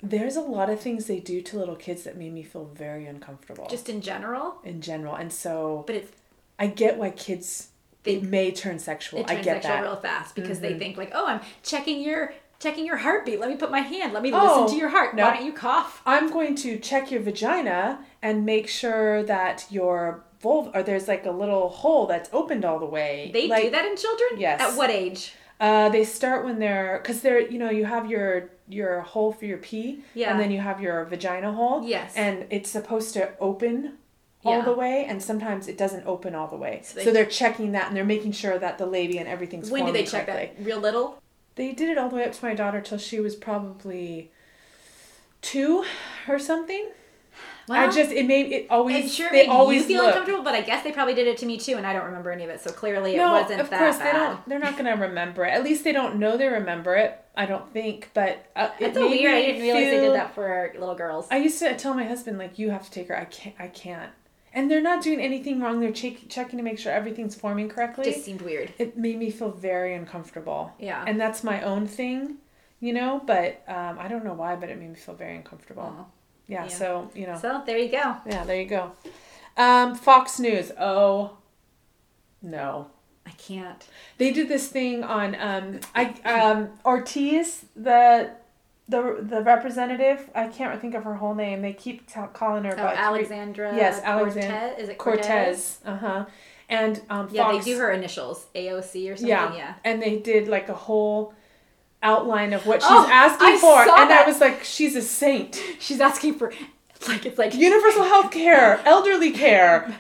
there's a lot of things they do to little kids that made me feel very uncomfortable just in general in general, and so but it's I get why kids They- may turn sexual. They turn I get sexual that. Mm-hmm. real fast because they think like, oh, I'm checking your checking your heartbeat. Let me put my hand. Let me Oh, listen to your heart. no. Why don't you cough? I'm going to check your vagina and make sure that your vulva or there's like a little hole that's opened all the way. They Like, do that in children. Yes. At what age? Uh, they start when they're because they're you know you have your your hole for your pee Yeah. and then you have your vagina hole Yes. and it's supposed to open all Yeah. the way and sometimes it doesn't open all the way so, they- they, are checking that and they're making sure that the labia and everything's When do forming they check correctly. that? Real little. they did it all the way up to my daughter till she was probably two or something I Wow. just it made it always It sure they made always you feel look. uncomfortable, but I guess they probably did it to me too, and I don't remember any of it. So clearly, no, it wasn't of that course bad. they don't. They're not gonna remember it. At least they don't know they remember it. I don't think, but uh, it That's so made weird. I me didn't realize they feel- did that for our little girls. I used to tell my husband like, "You have to take her. I can't. I can't." And they're not doing anything wrong. They're check- checking to make sure everything's forming correctly. It just seemed weird. it made me feel very uncomfortable. Yeah. And that's my own thing, you know. But um, I don't know why, but it made me feel very uncomfortable. Aw. Yeah, Oh, Yeah. So you know. So there you go. yeah. There you go. Um, Fox News. Oh. No. I can't. They did this thing on um I um Ortiz the the the representative I can't think of her whole name they keep t- calling her Oh, about three- Alexandra. yes Cortez. Alexandra Is it Cortez, Cortez? uh huh and um Yeah, Fox- they do her initials, AOC or something. yeah Yeah. and they did like a whole outline of what she's Oh, asking I for saw and that. I was like she's a saint She's asking for, like, it's like universal health [laughs] care elderly care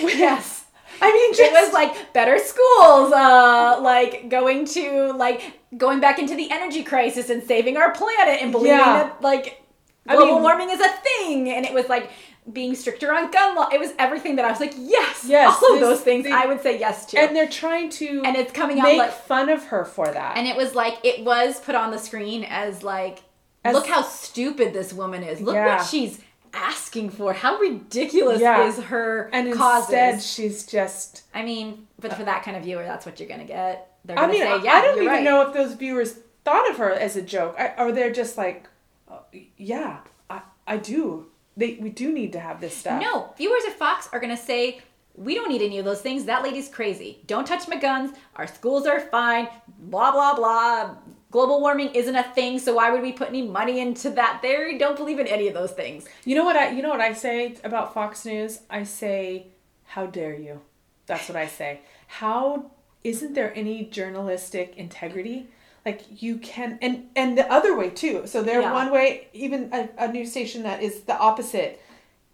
yes. [laughs] I mean just It was like better schools, uh, like going to like going back into the energy crisis and saving our planet and believing Yeah. that like I global mean- warming is a thing, and it was like being stricter on gun law. It was everything that I was like, yes, Yes, all of this- those things the- I would say yes to. and they're trying to And it's coming out make like- fun of her for that and it was like it was put on the screen as like As- look how stupid this woman is look Yeah. what she's asking for how ridiculous Yeah. is her and causes instead she's just i mean but for that kind of viewer that's what you're gonna get they're i gonna mean say I- yeah i don't you're even right. know if those viewers thought of her as a joke I, or they're just like "Oh, yeah i, I do they, we do need to have this stuff no viewers of fox are gonna say we don't need any of those things that lady's crazy don't touch my guns our schools are fine blah blah blah global warming isn't a thing so why would we put any money into that theory don't believe in any of those things you know what i you know what i say about fox news i say how dare you that's what i say how isn't there any journalistic integrity like you can and and the other way too so they're Yeah. one way even a, a news station that is the opposite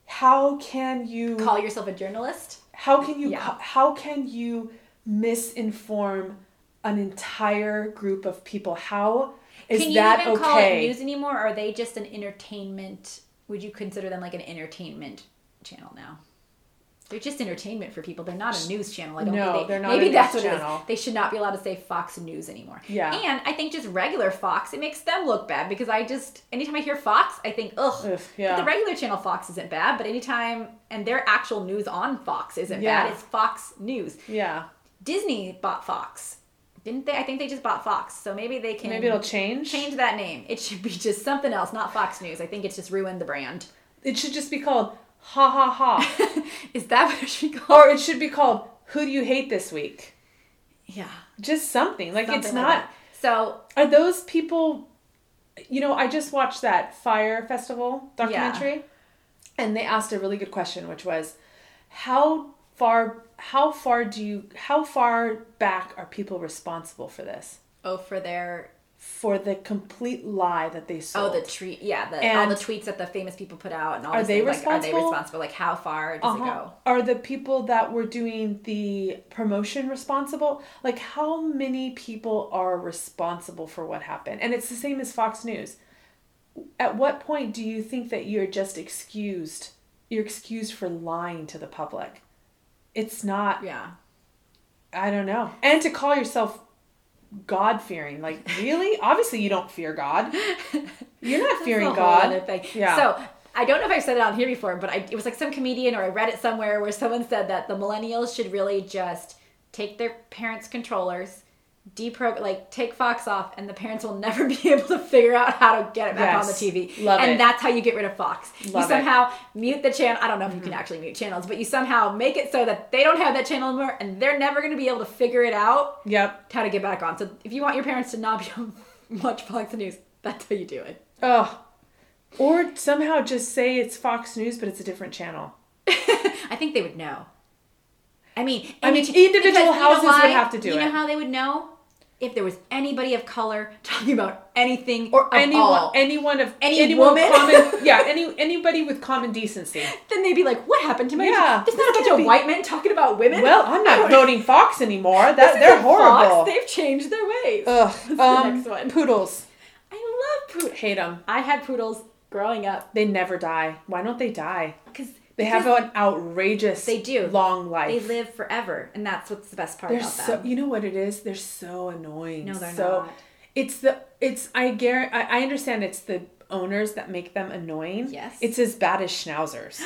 how can you call yourself a journalist how can you Yeah. how can you misinform an entire group of people how is Can you that even call it okay news anymore? Or are they just an entertainment? Would you consider them like an entertainment channel now? They're just entertainment for people. They're not a news channel. I don't No, think they, they're not Maybe a that's news what it channel. is. They should not be allowed to say Fox News anymore. Yeah. And I think just regular Fox, it makes them look bad because I just anytime I hear Fox, I think ugh. Ugh, But yeah. the regular channel Fox isn't bad, but anytime and their actual news on Fox isn't Yeah. bad. It's Fox News. yeah Disney bought Fox, didn't they? I think they just bought Fox, so maybe they can maybe it'll change change that name. It should be just something else, not Fox News. I think it's just ruined the brand. [laughs] it should just be called ha ha ha [laughs] Is that what it should be called? or it should be called who do you hate this week Yeah. just something like it's something like not that. So are those people you know i just watched that fire festival documentary and they asked a really good question which was how far how far do you how far back are people responsible for this oh, for their for the complete lie that they sold oh the tweet yeah the all And- the tweets that the famous people put out and all Are these they things, like are they responsible? responsible? Like how far does it Uh-huh. go? Are the people that were doing the promotion responsible? Like, how many people are responsible for what happened? And it's the same as Fox News. At what point do you think that you're just excused? You're excused for lying to the public. It's not, Yeah. I don't know. And to call yourself God fearing, like, [laughs] really? Obviously, you don't fear God. You're not fearing That's a whole God. other thing. Yeah. So I don't know if I've said it on here before, but I, it was like some comedian or I read it somewhere where someone said that the millennials should really just take their parents' controllers, deprog like take Fox off, and the parents will never [laughs] be able to figure out how to get it back on the Yes. TV. Love and it. that's how you get rid of Fox. Love you it. Mm-hmm. somehow mute the channel. I don't know if you can actually mute channels, but you somehow make it so that they don't have that channel anymore, and they're never going to be able to figure it out Yep. how to get back on. So if you want your parents to not be [laughs] able to watch Fox News, that's how you do it. Oh. Or somehow just say it's Fox News, but it's a different channel. [laughs] I think they would know. I mean, I mean, and- individual because you know houses would why? have to do You know it. how they would know if there was anybody of color talking about anything Or of anyone, all. anyone of Any anyone woman? [laughs] common, yeah, any anybody with common decency. then they'd be like, "What happened to my? Yeah, there's not a this bunch can't of be- white men talking about women." Well, I'm I not don't- voting Fox anymore. This That they're isn't Fox. horrible. They've changed their ways. Ugh. the um, next one. Poodles. I love poodles. Hate them. I had poodles growing up They never die. Why don't they die? because They have an outrageous They do. long life. they live forever, and that's what's the best part They're about so them. you know what it is? They're so annoying. No, they're so, not. It's the it's I guarantee I, I understand it's the owners that make them annoying. Yes. It's as bad as [gasps] schnauzers.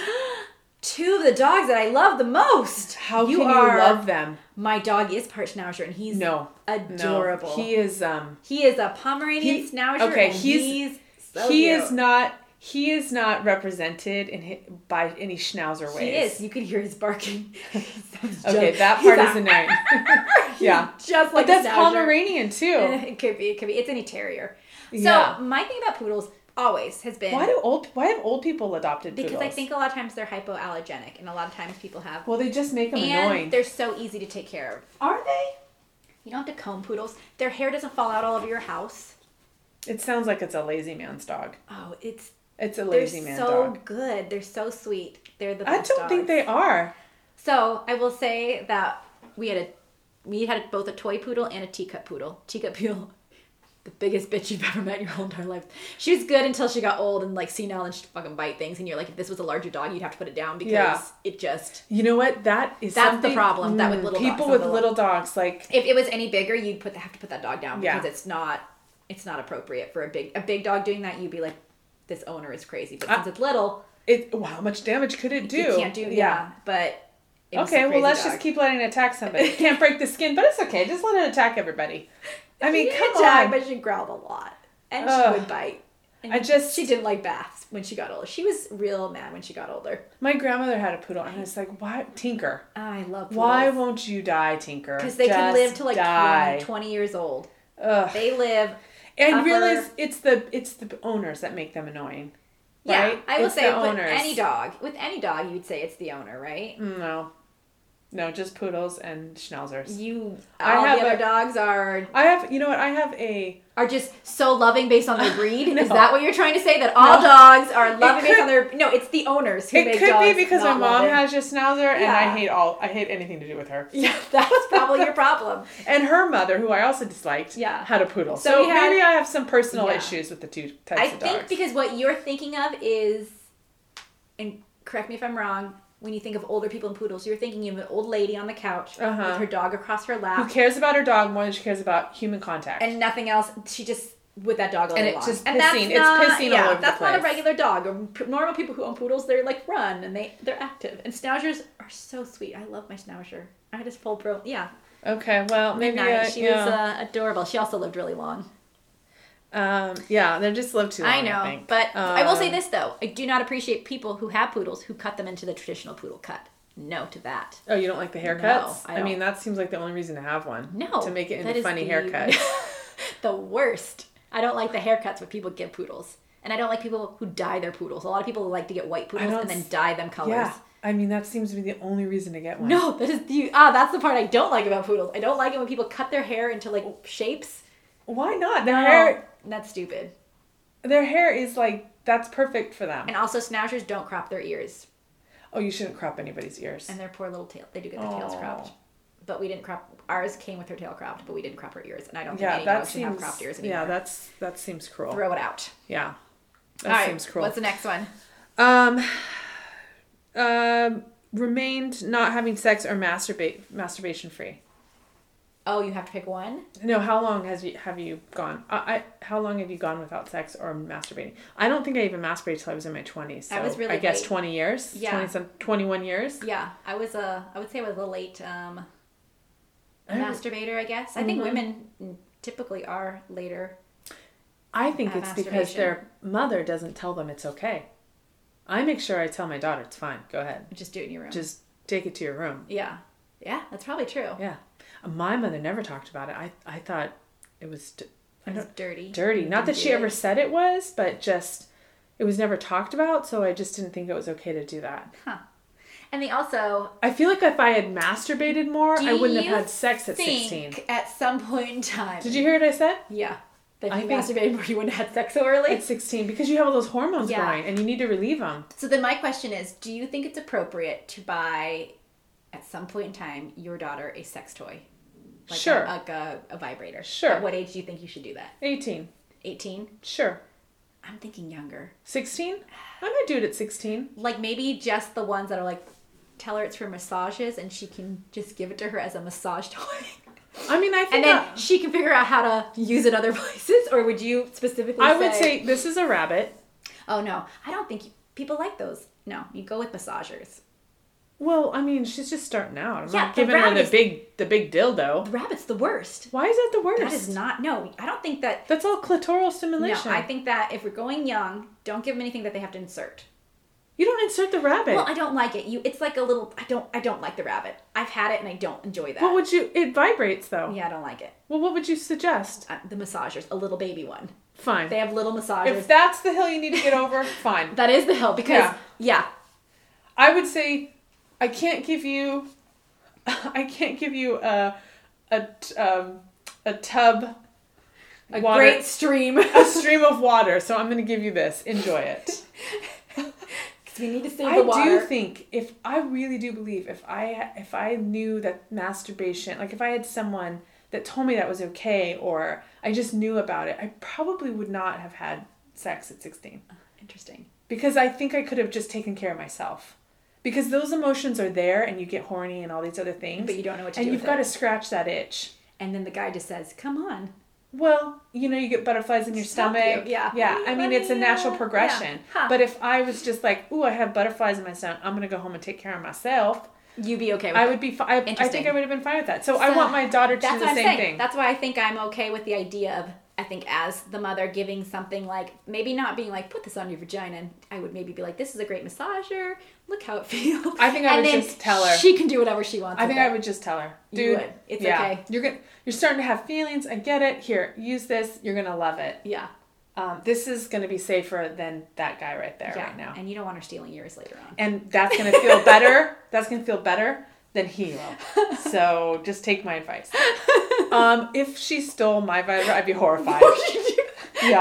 Two of the dogs that I love the most. How you can are, you love them? My dog is part Schnauzer, and he's No. adorable. No. He is um He is a Pomeranian He- Schnauzer. okay, and he's, he's- so he cute. is not he is not represented in hi- by any schnauzer He ways. is. You can hear his barking. [laughs] [laughs] Okay, that He's part is a- annoying. [laughs] [laughs] yeah. just like But that's a Schnauzer. Pomeranian too. [laughs] it could be. It could be. It's any terrier. So Yeah. my thing about poodles always has been Why do old why have old people adopted because I poodles? think a lot of times they're hypoallergenic, and a lot of times people have. well they just make them and annoying. they're so easy to take care of. Are they? You don't have to comb poodles. Their hair doesn't fall out all over your house. It sounds like it's a lazy man's dog. Oh, it's It's a they're lazy man so dog. good. They're so sweet. They're the. I Best don't think dogs. they are. So I will say that we had a we had both a toy poodle and a teacup poodle. Teacup poodle, [laughs] the biggest bitch you've ever met in your whole entire life. She was good until she got old and like senile and she'd fucking bite things. And you're like, if this was a larger dog, you'd have to put it down because Yeah. it just You know what? That is That's the something- mm, problem, that with little dogs, people some with little- little dogs like if it was any bigger, you'd put the, have to put that dog down Yeah. because it's not it's not appropriate for a big a big dog doing that. You'd be like, this owner is crazy. But I- since it's little, it. Well, how much damage could it do? you can't do yeah. But it was a Okay. Well, crazy let's dog. just keep letting it attack somebody. It can't break the skin, but it's okay. Just let it attack everybody. I [laughs] mean, she come did attack, on. but she growled a lot, and Ugh. she would bite. And I just- she didn't like baths when she got older. She was real mad when she got older. My grandmother had a poodle, and it's like, why, Tinker? I love Why won't you die, Tinker? Because they can Just live to like 20, die. 20 years old. Ugh. They live. And upper- realize it's the it's the owners that make them annoying. Yeah, right? I will It's say the with owners. Mm. any dog, with any dog, you'd say it's the owner, right? No, no, just poodles and schnauzers. You, I all have the other a- dogs are I have, you know what? I have a. are just so loving based on [laughs] their breed. No. Is that what you're trying to say? That all No. dogs are loving based could- on their? No, it's the owners who It make could be dogs because my not mom loving. has a schnauzer, and Yeah. I hate all. I hate anything to do with her. Yeah, [laughs] that's probably your problem. And her mother, who I also disliked, Yeah. had a poodle. So So, we had- maybe I have some personal Yeah. issues with the two types I of dogs. think because what you're thinking of is, and correct me if I'm wrong, when you think of older people and poodles, you're thinking of an old lady on the couch Uh-huh. with her dog across her who lap cares about her dog more than she cares about human contact? and nothing else. She just with that dog all And day long. it's just and that's pissing- it's not, pissing all yeah, over the that's not a place. regular dog. Um, p- Normal people who own poodles, they're like run and they they're active. And schnauzers are so sweet. I love my schnauzer. I had his full bro. Yeah, okay, well maybe midnight. I, she yeah. was uh, adorable. She also lived really long. Um, yeah, they just live too long. I uh, I know, think. but I will say Um, this though: I do not appreciate people who have poodles who cut them into the traditional poodle cut. No to that. Oh, you don't like the haircuts? I I, don't. mean, that seems like the only reason to have one. No, to make it that into is funny the- haircuts. [laughs] the worst. I don't like the haircuts what people give poodles, and I don't like people who dye their poodles. A lot of people like to get white poodles don't and then s- dye them colors. Yeah, I mean that seems to be the only reason to get one. No, that is the ah. That's the part I don't like about poodles. I don't like it when people cut their hair into like shapes. why not? Their hair, Oh, that's stupid. their hair is like that's perfect for them. And also, schnauzers don't crop their ears. Oh, you shouldn't crop anybody's ears. And their poor little tail. They do get their tails Aw. cropped. But we didn't crop ours came with her tail cropped, but we didn't crop her ears. And I don't think yeah, any that dogs should seems. have cropped ears anymore. yeah, that's that seems cruel. throw it out. Yeah, that All right, seems cruel. What's the next one? um, um, remained not having sex or masturbate masturbation free. Oh, you have to pick one? No, how long has you have you gone? I, I how long have you gone without sex or masturbating? I don't think I even masturbated till I was in my twenties. So I was really I guess late. twenty years. Yeah. uh, Yeah, 20 some, twenty-one years. Yeah. I was a I would say I was a late um a masturbator, I guess. I Mm-hmm. think women typically are later. I think Uh, it's because their mother doesn't tell them it's okay. I make sure I tell my daughter it's fine. Go ahead. Just do it in your room. Just take it to your room. yeah. Yeah, that's probably true. Yeah. My mother never talked about it. I, I thought it was d- I It's don't, dirty. dirty. Not that Didn't she do ever it. said it was, but just it was never talked about, so I just didn't think it was okay to do that. Huh. And they also I feel like if I had masturbated more, Do I wouldn't you have had sex at think 16. at some point in time. Did you hear what I said? Yeah. That I you think- masturbated before you wouldn't have had sex so early. At 16, because you have all those hormones Yeah. going and you need to relieve them. So then my question is, do you think it's appropriate to buy at some point in time your daughter a sex toy? Like Sure. A, like a, a vibrator. Sure. At what age do you think you should do that? 18. 18? Sure. I'm thinking younger. 16? I might do it at 16. Like maybe just the ones that are like tell her it's for massages and she can just give it to her as a massage [laughs] toy. I mean, I And think then I- she can figure out how to use it other [laughs] places, or would you specifically? I would say this is a rabbit. oh no, I don't think you, people like those. No, you go with massagers. Well, I mean, she's just starting out. I'm Yeah, not the giving her the rabbit's- big the big dildo. The rabbit's the worst. Why is that the worst? That is not. No, I don't think that. That's all clitoral No, stimulation. I think that if we're going young, don't give them anything that they have to insert. you don't insert the rabbit. Well, I don't like it. You, it's like a little. I don't. I don't like the rabbit. I've had it and I don't enjoy that. what would you? It vibrates though. yeah, I don't like it. Well, what would you suggest? Uh, the massagers, a little baby one. Fine. They have little massagers. If that's the hill you need to get over, [laughs] fine. that is the help because yeah. Yeah. I would say, I can't give you, [laughs] I can't give you a, a, t- um, a tub, a water- great stream. [laughs] a stream of water. So I'm gonna give you this. [laughs] Enjoy it. 'Cause we need to save I the water. do think if I really do believe if I if I knew that masturbation like if I had someone that told me that was okay or I just knew about it I probably would not have had sex at 16 Interesting. because I think I could have just taken care of myself because those emotions are there and you get horny and all these other things But you don't know what to and do you've with got it. to scratch that itch And then the guy just says, "Come on." well, you know, you get butterflies in your Stop stomach. you, yeah. Yeah. I mean, it's a natural progression. Yeah. Huh. But if I was just like, ooh, I have butterflies in my stomach, I'm going to go home and take care of myself, You be okay with I it. would be fi- I, I think Interesting. I would have been fine with that. So, I want my daughter to do That's the what I'm same saying. thing. That's why I think I'm okay with the idea of I think as the mother giving something like maybe not being like put this on your vagina. And I would maybe be like this is a great massager. Look how it [laughs] feels. I think I And would then just tell her. she can do whatever she wants. I think with I it. would just tell her, You dude, would. It's yeah, okay. You're gonna, you're starting to have feelings. I get it. Here, use this. You're gonna love it. Yeah, Um, this is gonna be safer than that guy right there yeah. right now, And you don't want her stealing yours later on. and that's gonna feel better. That's gonna feel better than he will. So just take my advice. Um, if she stole my vibrator, I'd be horrified. [laughs] Yeah.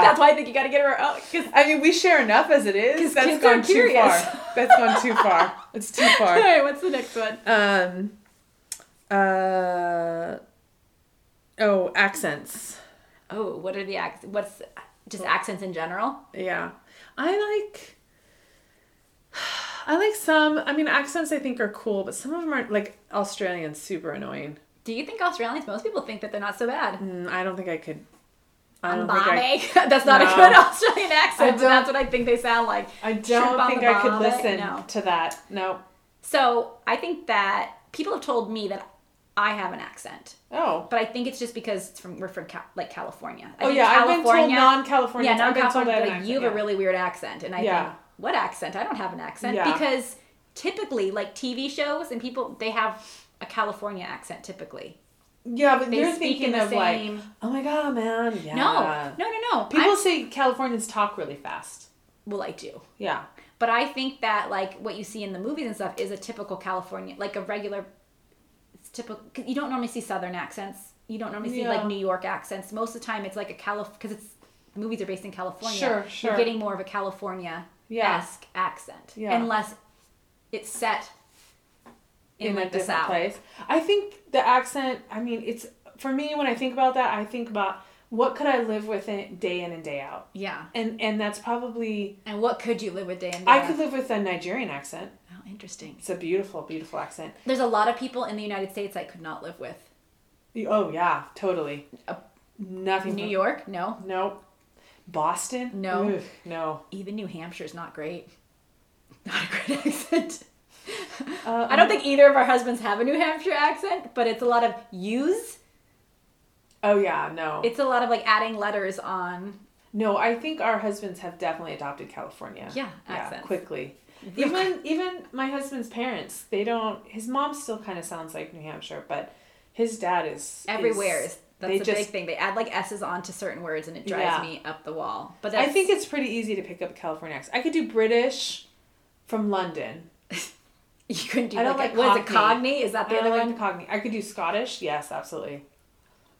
[laughs] That's why I think you got to get her out [laughs] because I mean, we share enough as it is. 'Cause That's kids are gone too curious. far. That's gone too far. It's too [laughs] far. All right, what's the next one? Um. Uh. Oh, accents. Oh, what are the acc What's just accents in general? Yeah, I like. I like some. I mean, accents I think are cool, but some of them are like Australian, super annoying. Do you think Australians? Most people think that they're not so bad. Mm, I don't think I could. I I'm don't think I. Bombay. [laughs] That's not No. a good Australian accent. I but don't- That's what I think they sound like. I Shrimp don't on think the I could Bombay? listen No. to that. No. So I think that people have told me that I have an accent, Oh. but I think it's just because it's from, we're from Ca- like California. I Oh think yeah, I've been told California- non-California. Yeah, I've been told I non-California. have an Like, accent, you have yeah. a really weird accent, and I Yeah. think what accent? I don't have an accent Yeah. because typically, like TV shows and people, they have a California accent typically. Yeah, but They you're speak in thinking the of like, same- oh my god, man. Yeah. No, no, no, no. People I'm- say Californians talk really fast. well, I do. Yeah. But I think that like what you see in the movies and stuff is a typical California, like a regular, it's typical. 'cause You don't normally see Southern accents. You don't normally see Yeah. like New York accents. Most of the time, it's like a Calif because it's movies are based in California. Sure, sure. You're getting more of a California esque accent, Yeah. unless it's set in, like the South. place. I think the accent, I mean, it's for me when I think about that, I think about what could I live with it day in and day out. Yeah. And and that's probably And what could you live with day and day? I out? could live with a Nigerian accent. Oh, interesting. It's a beautiful, beautiful accent. There's a lot of people in the United States I could not live with. The- Oh yeah, totally. Uh, Nothing. New York, no. Nope. Boston? No. Ugh, no. [laughs] [laughs] Even New Hampshire's not great. Not a great accent. Uh, I don't think either of our husbands have a New Hampshire accent, but it's a lot of use. Oh yeah, no, It's a lot of like adding letters on. no. I think our husbands have definitely adopted California. Yeah, accents. [laughs] quickly. Yeah. Even even my husband's parents, they don't. His mom still kind of sounds like New Hampshire, but his dad is Everywhere is- is that's they a big thing. They add like S's onto certain words, and it drives Yeah. me up the wall. But I that's, think it's pretty easy to pick up California accent. I could do British from London. [laughs] you couldn't do. I don't like, like a- what is it? Cockney. Cognate? Is that the I other like one? the Cockney. I could do Scottish. Yes, absolutely.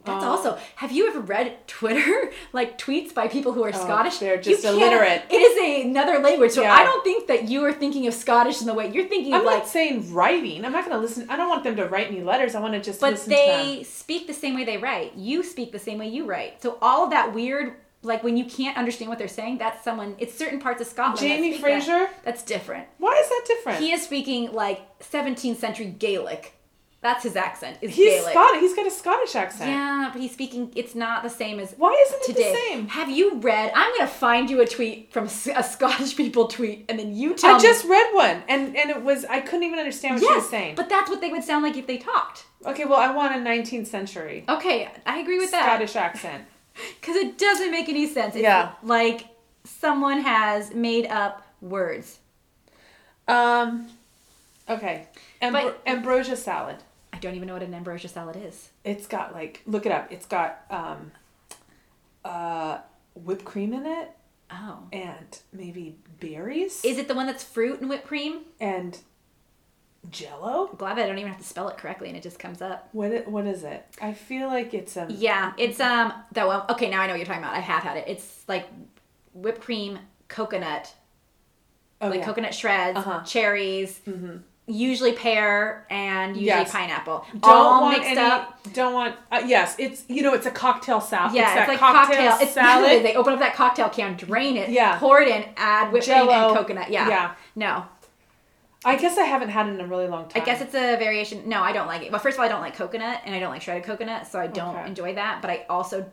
That's Um, also. Have you ever read Twitter [laughs] like tweets by people who are Oh, Scottish? they're You just can't- illiterate. It is a- another language, so Yeah. I don't think that you are thinking of Scottish in the way you're thinking I'm of like. not saying writing. I'm not going to listen. I don't want them to write me letters. I want to just But listen to they them. speak the same way they write. You speak the same way you write. So all of that weird, like when you can't understand what they're saying, that's someone. It's certain parts of Scotland. that Jamie speak that. Fraser? That's different. Why is that different? He is speaking like 17th century Gaelic. That's his accent. Is He's Gaelic. Scottish. He's got a Scottish accent. Yeah, but he's speaking. It's not the same as Why isn't it today. the same? Have you read? I'm gonna find you a tweet from S- a Scottish people tweet, and then you tell I me. just read one, and and it was I couldn't even understand what she was yes, saying. but that's what they would sound like if they talked. okay, well, I want a 19th century Okay, I agree with that. Scottish accent. Because it doesn't make any sense. It's Yeah. like someone has made up words. Um, okay, Ambro- But- ambrosia salad. I don't even know what an ambrosia salad is. It's got like look it up. It's got um, uh, whipped cream in it Oh. and maybe berries Is it the one that's fruit and whipped cream? and Jello. I'm glad that I don't even have to spell it correctly and it just comes up. What i- what is it? I feel like it's um. Yeah, it's um though um, okay, now I know what you're talking about. I have had it. It's like whipped cream, coconut, Oh, like yeah. coconut shreds, Uh-huh. Mm-hmm. cherries, usually pear and usually Yes. pineapple. Don't All want mixed any, up. Don't want. Uh, yes, it's you know it's a cocktail salad. Yeah, it's, it's, that like cocktail, cocktail. It's salad. salad. They open up that cocktail can, drain it, Yeah. pour it in, add whipped cream Jell-O. and coconut. Yeah. Yeah. No, I guess I haven't had it in a really long I time. guess it's a variation. No, I don't like it. Well, first of all, I don't like coconut and I don't like shredded coconut, so I don't Okay. enjoy that. But I also,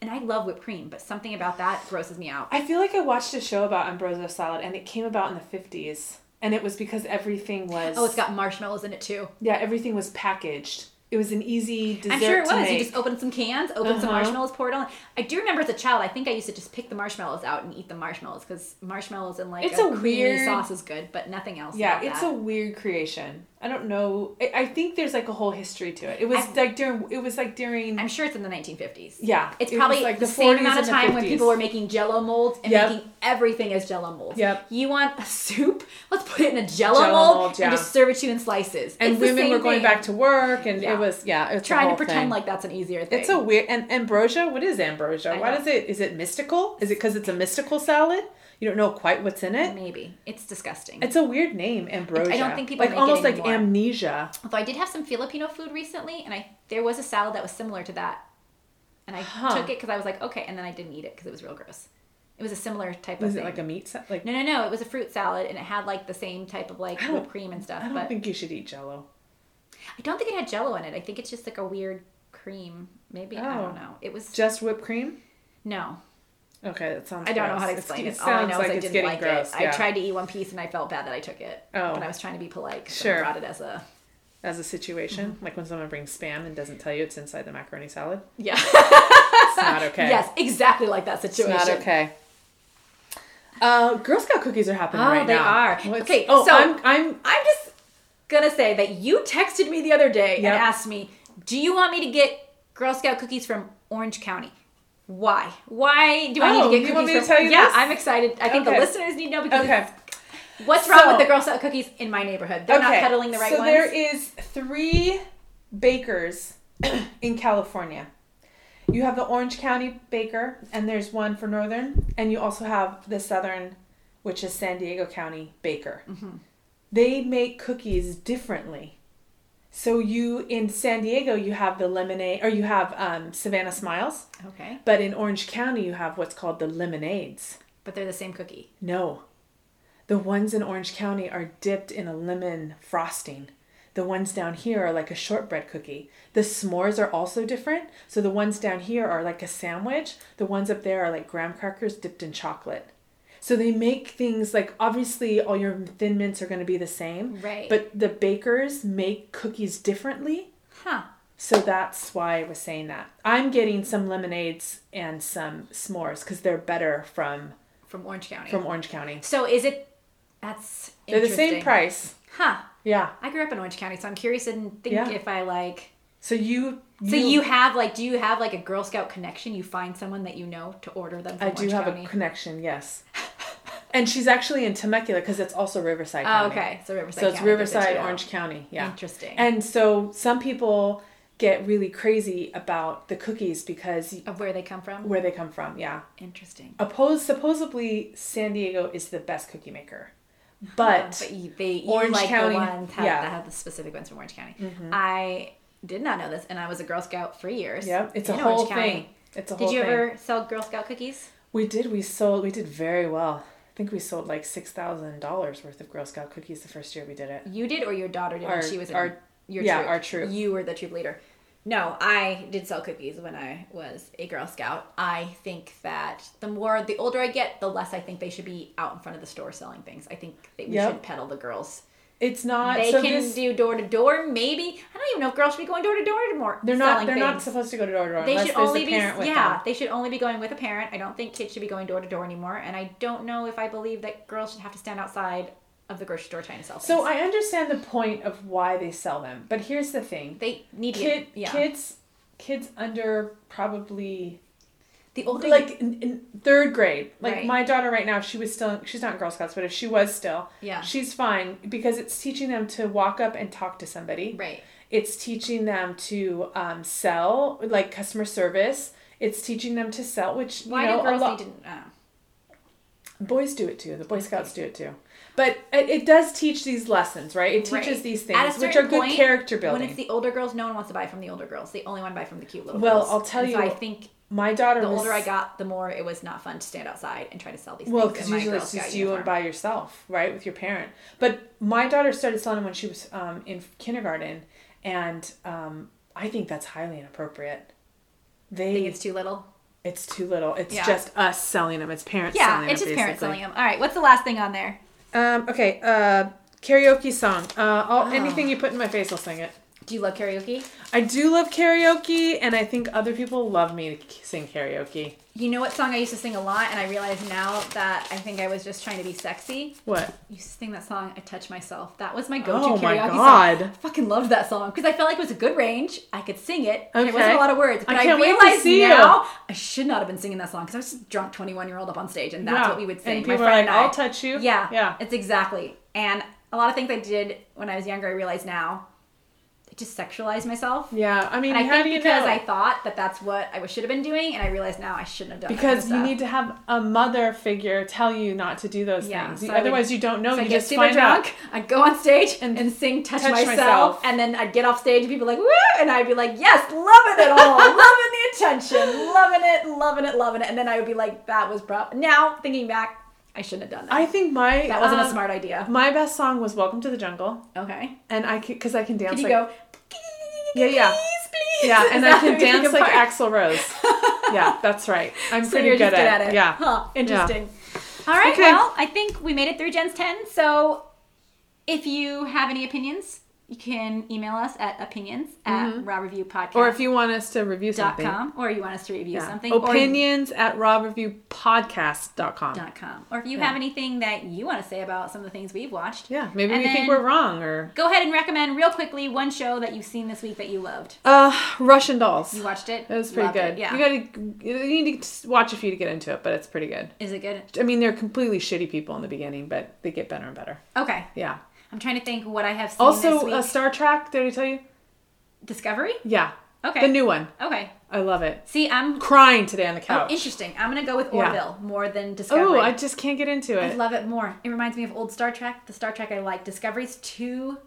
and I love whipped cream, but something about that grosses me out. I feel like I watched a show about ambrosia salad, and it came about in the fifties, and it was because everything was. Oh, it's got marshmallows in it too. Yeah, everything was packaged. It was an easy dessert I'm sure it to was. You make. just opened some cans, opened some Uh-huh. marshmallows, poured on. I do remember as a child, I think I used to just pick the marshmallows out and eat the marshmallows because marshmallows and like It's a creamy weird- sauce is good, but nothing else. yeah, about it's that. a weird creation. I don't know. I, I think there's like a whole history to it. It was I- like during. It was like during. I'm sure it's in the 1950s. yeah, It's it was, probably the, same 40s amount of and the time when 50s. people were making jello molds and Yep. making everything as jello molds. Yep. You want a soup? Let's put it in a jello, Jell-O mold, mold, yeah. and just serve it to you in slices. and It's the women same were going thing. back to work, and Yeah. it was yeah, it's a trying to whole pretend thing. like that's an easier thing. It's a weird and ambrosia. What is ambrosia? I Why know. does it? Is it mystical? Is it because it's a mystical salad? You don't know quite what's in it. maybe it's disgusting. It's a weird name, ambrosia. Mm-hmm. think people like make it almost like anymore. amnesia. Although I did have some Filipino food recently, and I there was a salad that was similar to that, and I Huh. took it because I was like okay, and then I didn't eat it because it was real gross. It was a similar type Is of it thing. like a meat salad? Like no, no, no. It was a fruit salad, and it had like the same type of like I don't- whipped cream and stuff. I don't but think you should eat Jello. I don't think it had jello in it. I think it's just like a weird cream. Maybe I Oh. don't know. It was Just whipped cream. no. Okay, that sounds. I don't know gross. how to It's- explain it. it. All I sounds know like is I it's didn't getting like gross. it. yeah. I tried to eat one piece and I felt bad that I took it. Oh. But I was trying to be polite. so Sure. I brought it as a as a situation Mm-hmm. like when someone brings spam and doesn't tell you it's inside the macaroni salad. yeah. [laughs] It's not okay. yes, exactly like that it's situation. not okay. Uh, Girl Scout cookies are happening Oh, right they now. are. What's- Okay, Oh, so- I'm I'm I'm just gonna say that you texted me the other day Yep. and asked me, "Do you want me to get Girl Scout cookies from Orange County?" Why? Why do I Oh, need to get cookies you want me to from? tell you yeah, this? I'm excited. I think Okay. the listeners need to know because okay. What's wrong So- with the Girl Scout cookies in my neighborhood? They're not peddling the right so ones. there is three bakers [coughs] in California. You have the Orange County baker, and there's one for Northern, and you also have the Southern, which is San Diego County baker. Mm-hmm. They make cookies differently. So you in San Diego, you have the lemonade, or you have um, Savannah Smiles, okay, but in Orange County, you have what's called the lemonades. but they're the same cookie. No. The ones in Orange County are dipped in a lemon frosting. The ones down here are like a shortbread cookie. The s'mores are also different. So the ones down here are like a sandwich. The ones up there are like graham crackers dipped in chocolate. So they make things like obviously all your thin mints are going to be the same. Right. But the bakers make cookies differently. Huh. So that's why I was saying that. I'm getting some lemonades and some s'mores because they're better from From Orange County. from Orange County. so is it? That's They're the same interesting. price. Huh. Yeah. I grew up in Orange County, so I'm curious and think Yeah. if I like. So you. So you have like, do you have like a Girl Scout connection? You find someone that you know to order them. From I do Orange have County? a connection. [laughs] Yes. and she's actually in Temecula because it's also Riverside. Oh, County. okay. So Riverside. So it's County, Riverside, good to Orange know. County. Yeah. Interesting. And so some people get really crazy about the cookies because Of where they come from. where they come from. Yeah. Interesting. Oppose, supposedly, San Diego is the best cookie maker. Um, But, but you, they you Orange like County- the ones have, yeah. Mm-hmm. that have the specific ones from Orange County. I did not know this, and I was a Girl Scout for years. yeah, it's a in whole Orange County. thing. It's a whole Did you thing. ever sell Girl Scout cookies? We did. We sold. We did very well. I think we sold like six thousand dollars worth of Girl Scout cookies the first year we did it. You did, or your daughter did Our- when she was in our- your yeah, troop. our troop. You were the troop leader. No, I did sell cookies when I was a Girl Scout. I think that the more, the older I get, the less I think they should be out in front of the store selling things. I think that we Yep. should peddle the girls. It's not. They so can this, do door to door, maybe. I don't even know if girls should be going door to door anymore. they're not. selling They're not things. supposed to go to door to door They unless should there's only a be parent with yeah. them. They should only be going with a parent. I don't think kids should be going door to door anymore. And I don't know if I believe that girls should have to stand outside of the grocery store trying to sell things. So I understand the point of why they sell them, but here's the thing: they need to kid, get- yeah. kids, kids under probably the older like like in, in third grade. Like Right. my daughter right now, if she was still. She's not in Girl Scouts, but if she was still, Yeah. she's fine because it's teaching them to walk up and talk to somebody. right It's teaching them to um, sell, like customer service. It's teaching them to sell, which you why know do a girls lot need to uh, boys do it too. The Boy Scouts do it too, but it, it does teach these lessons, right? It teaches right. these At a things, which are certain good point, character building. when it's the older girls no one wants to buy from the older girls they only want to buy from the cute little Well, girls I'll tell And so you- I think My daughter the was older I got the more it was not fun to stand outside and try to sell these Well, things because in my usually Girl it's Scout just you and uniform. by yourself, right, with your parent. But my daughter started selling when she was um, in kindergarten, and um, I think that's highly inappropriate. They, I think it's too little it's too little. It's Yeah. just us selling them. It's parents. yeah selling it's them, just parents selling basically. them all right what's the last thing on there Um, okay, uh, karaoke song. Uh, Ah. I'll, anything you put in my face, I'll sing it. do you love karaoke I do love karaoke, and I think other people love me to k- sing karaoke. You know what song I used to sing a lot, and I realize now that I think I was just trying to be sexy. What? You sing that song, I Touch Myself. That was my go-to Oh karaoke my song. God. I fucking loved that song because I felt like it was a good range. I could sing it, and it Okay. wasn't a lot of words. I But I, can't wait to realized see you. now I should not have been singing that song because I was just a drunk 21-year-old up on stage, and that's Yeah. what we would sing. And my people are friend like, and I. "I'll touch you." Yeah, Yeah. It's exactly. And a lot of things I did when I was younger, I realize now, I just sexualized myself. Yeah, I mean, And I how think do you because know? I thought that that's what I should have been doing, and I realized now I shouldn't have done that kind of because you stuff. need to have a mother figure tell you not to do those Yeah, things. so I would- Otherwise, you don't know. So you I get just super find drunk. out. I'd go on stage and, And sing "Touch, touch myself, myself. and then I'd get off stage and people like woo, and I'd be like, "Yes, loving it [laughs] all, loving the attention, loving it, loving it, loving it." And then I would be like, "That was prop." Now thinking back, I shouldn't have done that. I think my that wasn't a um, smart idea. My best song was "Welcome to the Jungle," Okay, and I because I can dance. did you like, go? Yeah, yeah. Please, please. Yeah, [laughs] Is and that I what can you think dance like about- Axl Rose. [laughs] yeah, that's right. I'm So pretty you're good, just good at, it. Yeah. Huh, interesting. All right. Okay. Well, I think we made it through Gen's 10. So if you have any opinions, you can email us at opinions at mm Mm-hmm. Or if you want us to review something. or you want us to review Yeah. something. Opinions at rawreviewpodcast.com. Or, dot com. or if you have anything that you want to say about some of the things we've watched. Yeah, maybe And we then think we're wrong or Go ahead and recommend real quickly one show that you've seen this week that you loved. uh Russian Dolls. You watched it? That was pretty Loved good. It. Yeah. You gotta you need to watch a few to get into it, but it's pretty good. Is it good? I mean, they're completely shitty people in the beginning, but they get better and better. Okay. Yeah. I'm trying to think what I have seen this Also, week. uh, Star Trek. Did I tell you? Discovery? Yeah. Okay. The new one. Okay. I love it. See, I'm Crying today on the Oh, couch. interesting. I'm gonna go with Yeah. Orville more than Discovery. Oh, I I just can't get into it. love it more. It reminds me of old Star Trek. The Star Trek I like. Discovery's too.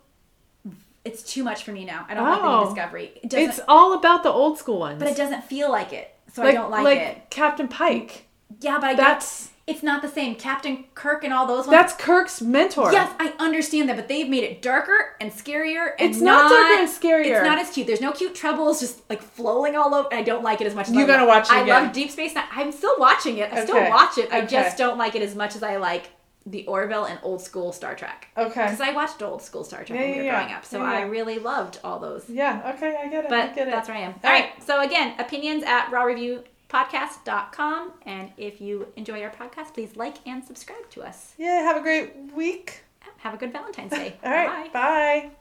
It's too much for me now. I don't like the Oh. new Discovery. It doesn't, it's all about the old school ones. but it Mm-hmm. doesn't feel like it, so I don't like, it. Captain Pike. Yeah, but I That's It's not the same. Captain Kirk and all those ones. That's Kirk's mentor. Yes, I understand that, but they've made it darker and scarier. And It's not darker and scarier. It's not as cute. There's no cute troubles, just like flowing all over. And I don't like it as much. as You I gotta love- watch it I again. love Deep Space Nine. I'm still watching it. I Okay. still watch it. I Okay. just don't like it as much as I like the Orville and old school Star Trek. Okay. Because I watched old school Star Trek Yeah, when we yeah, were yeah. growing up, so Yeah, yeah. I really loved all those. Yeah. Okay. I get it. I But get it. that's where I am. All All right. right. So again, opinions at rawreviewpodcast.com. And if you enjoy our podcast, please like and subscribe to us. Yeah. Have a great week. [laughs] Have a good Valentine's Day. All right. Bye.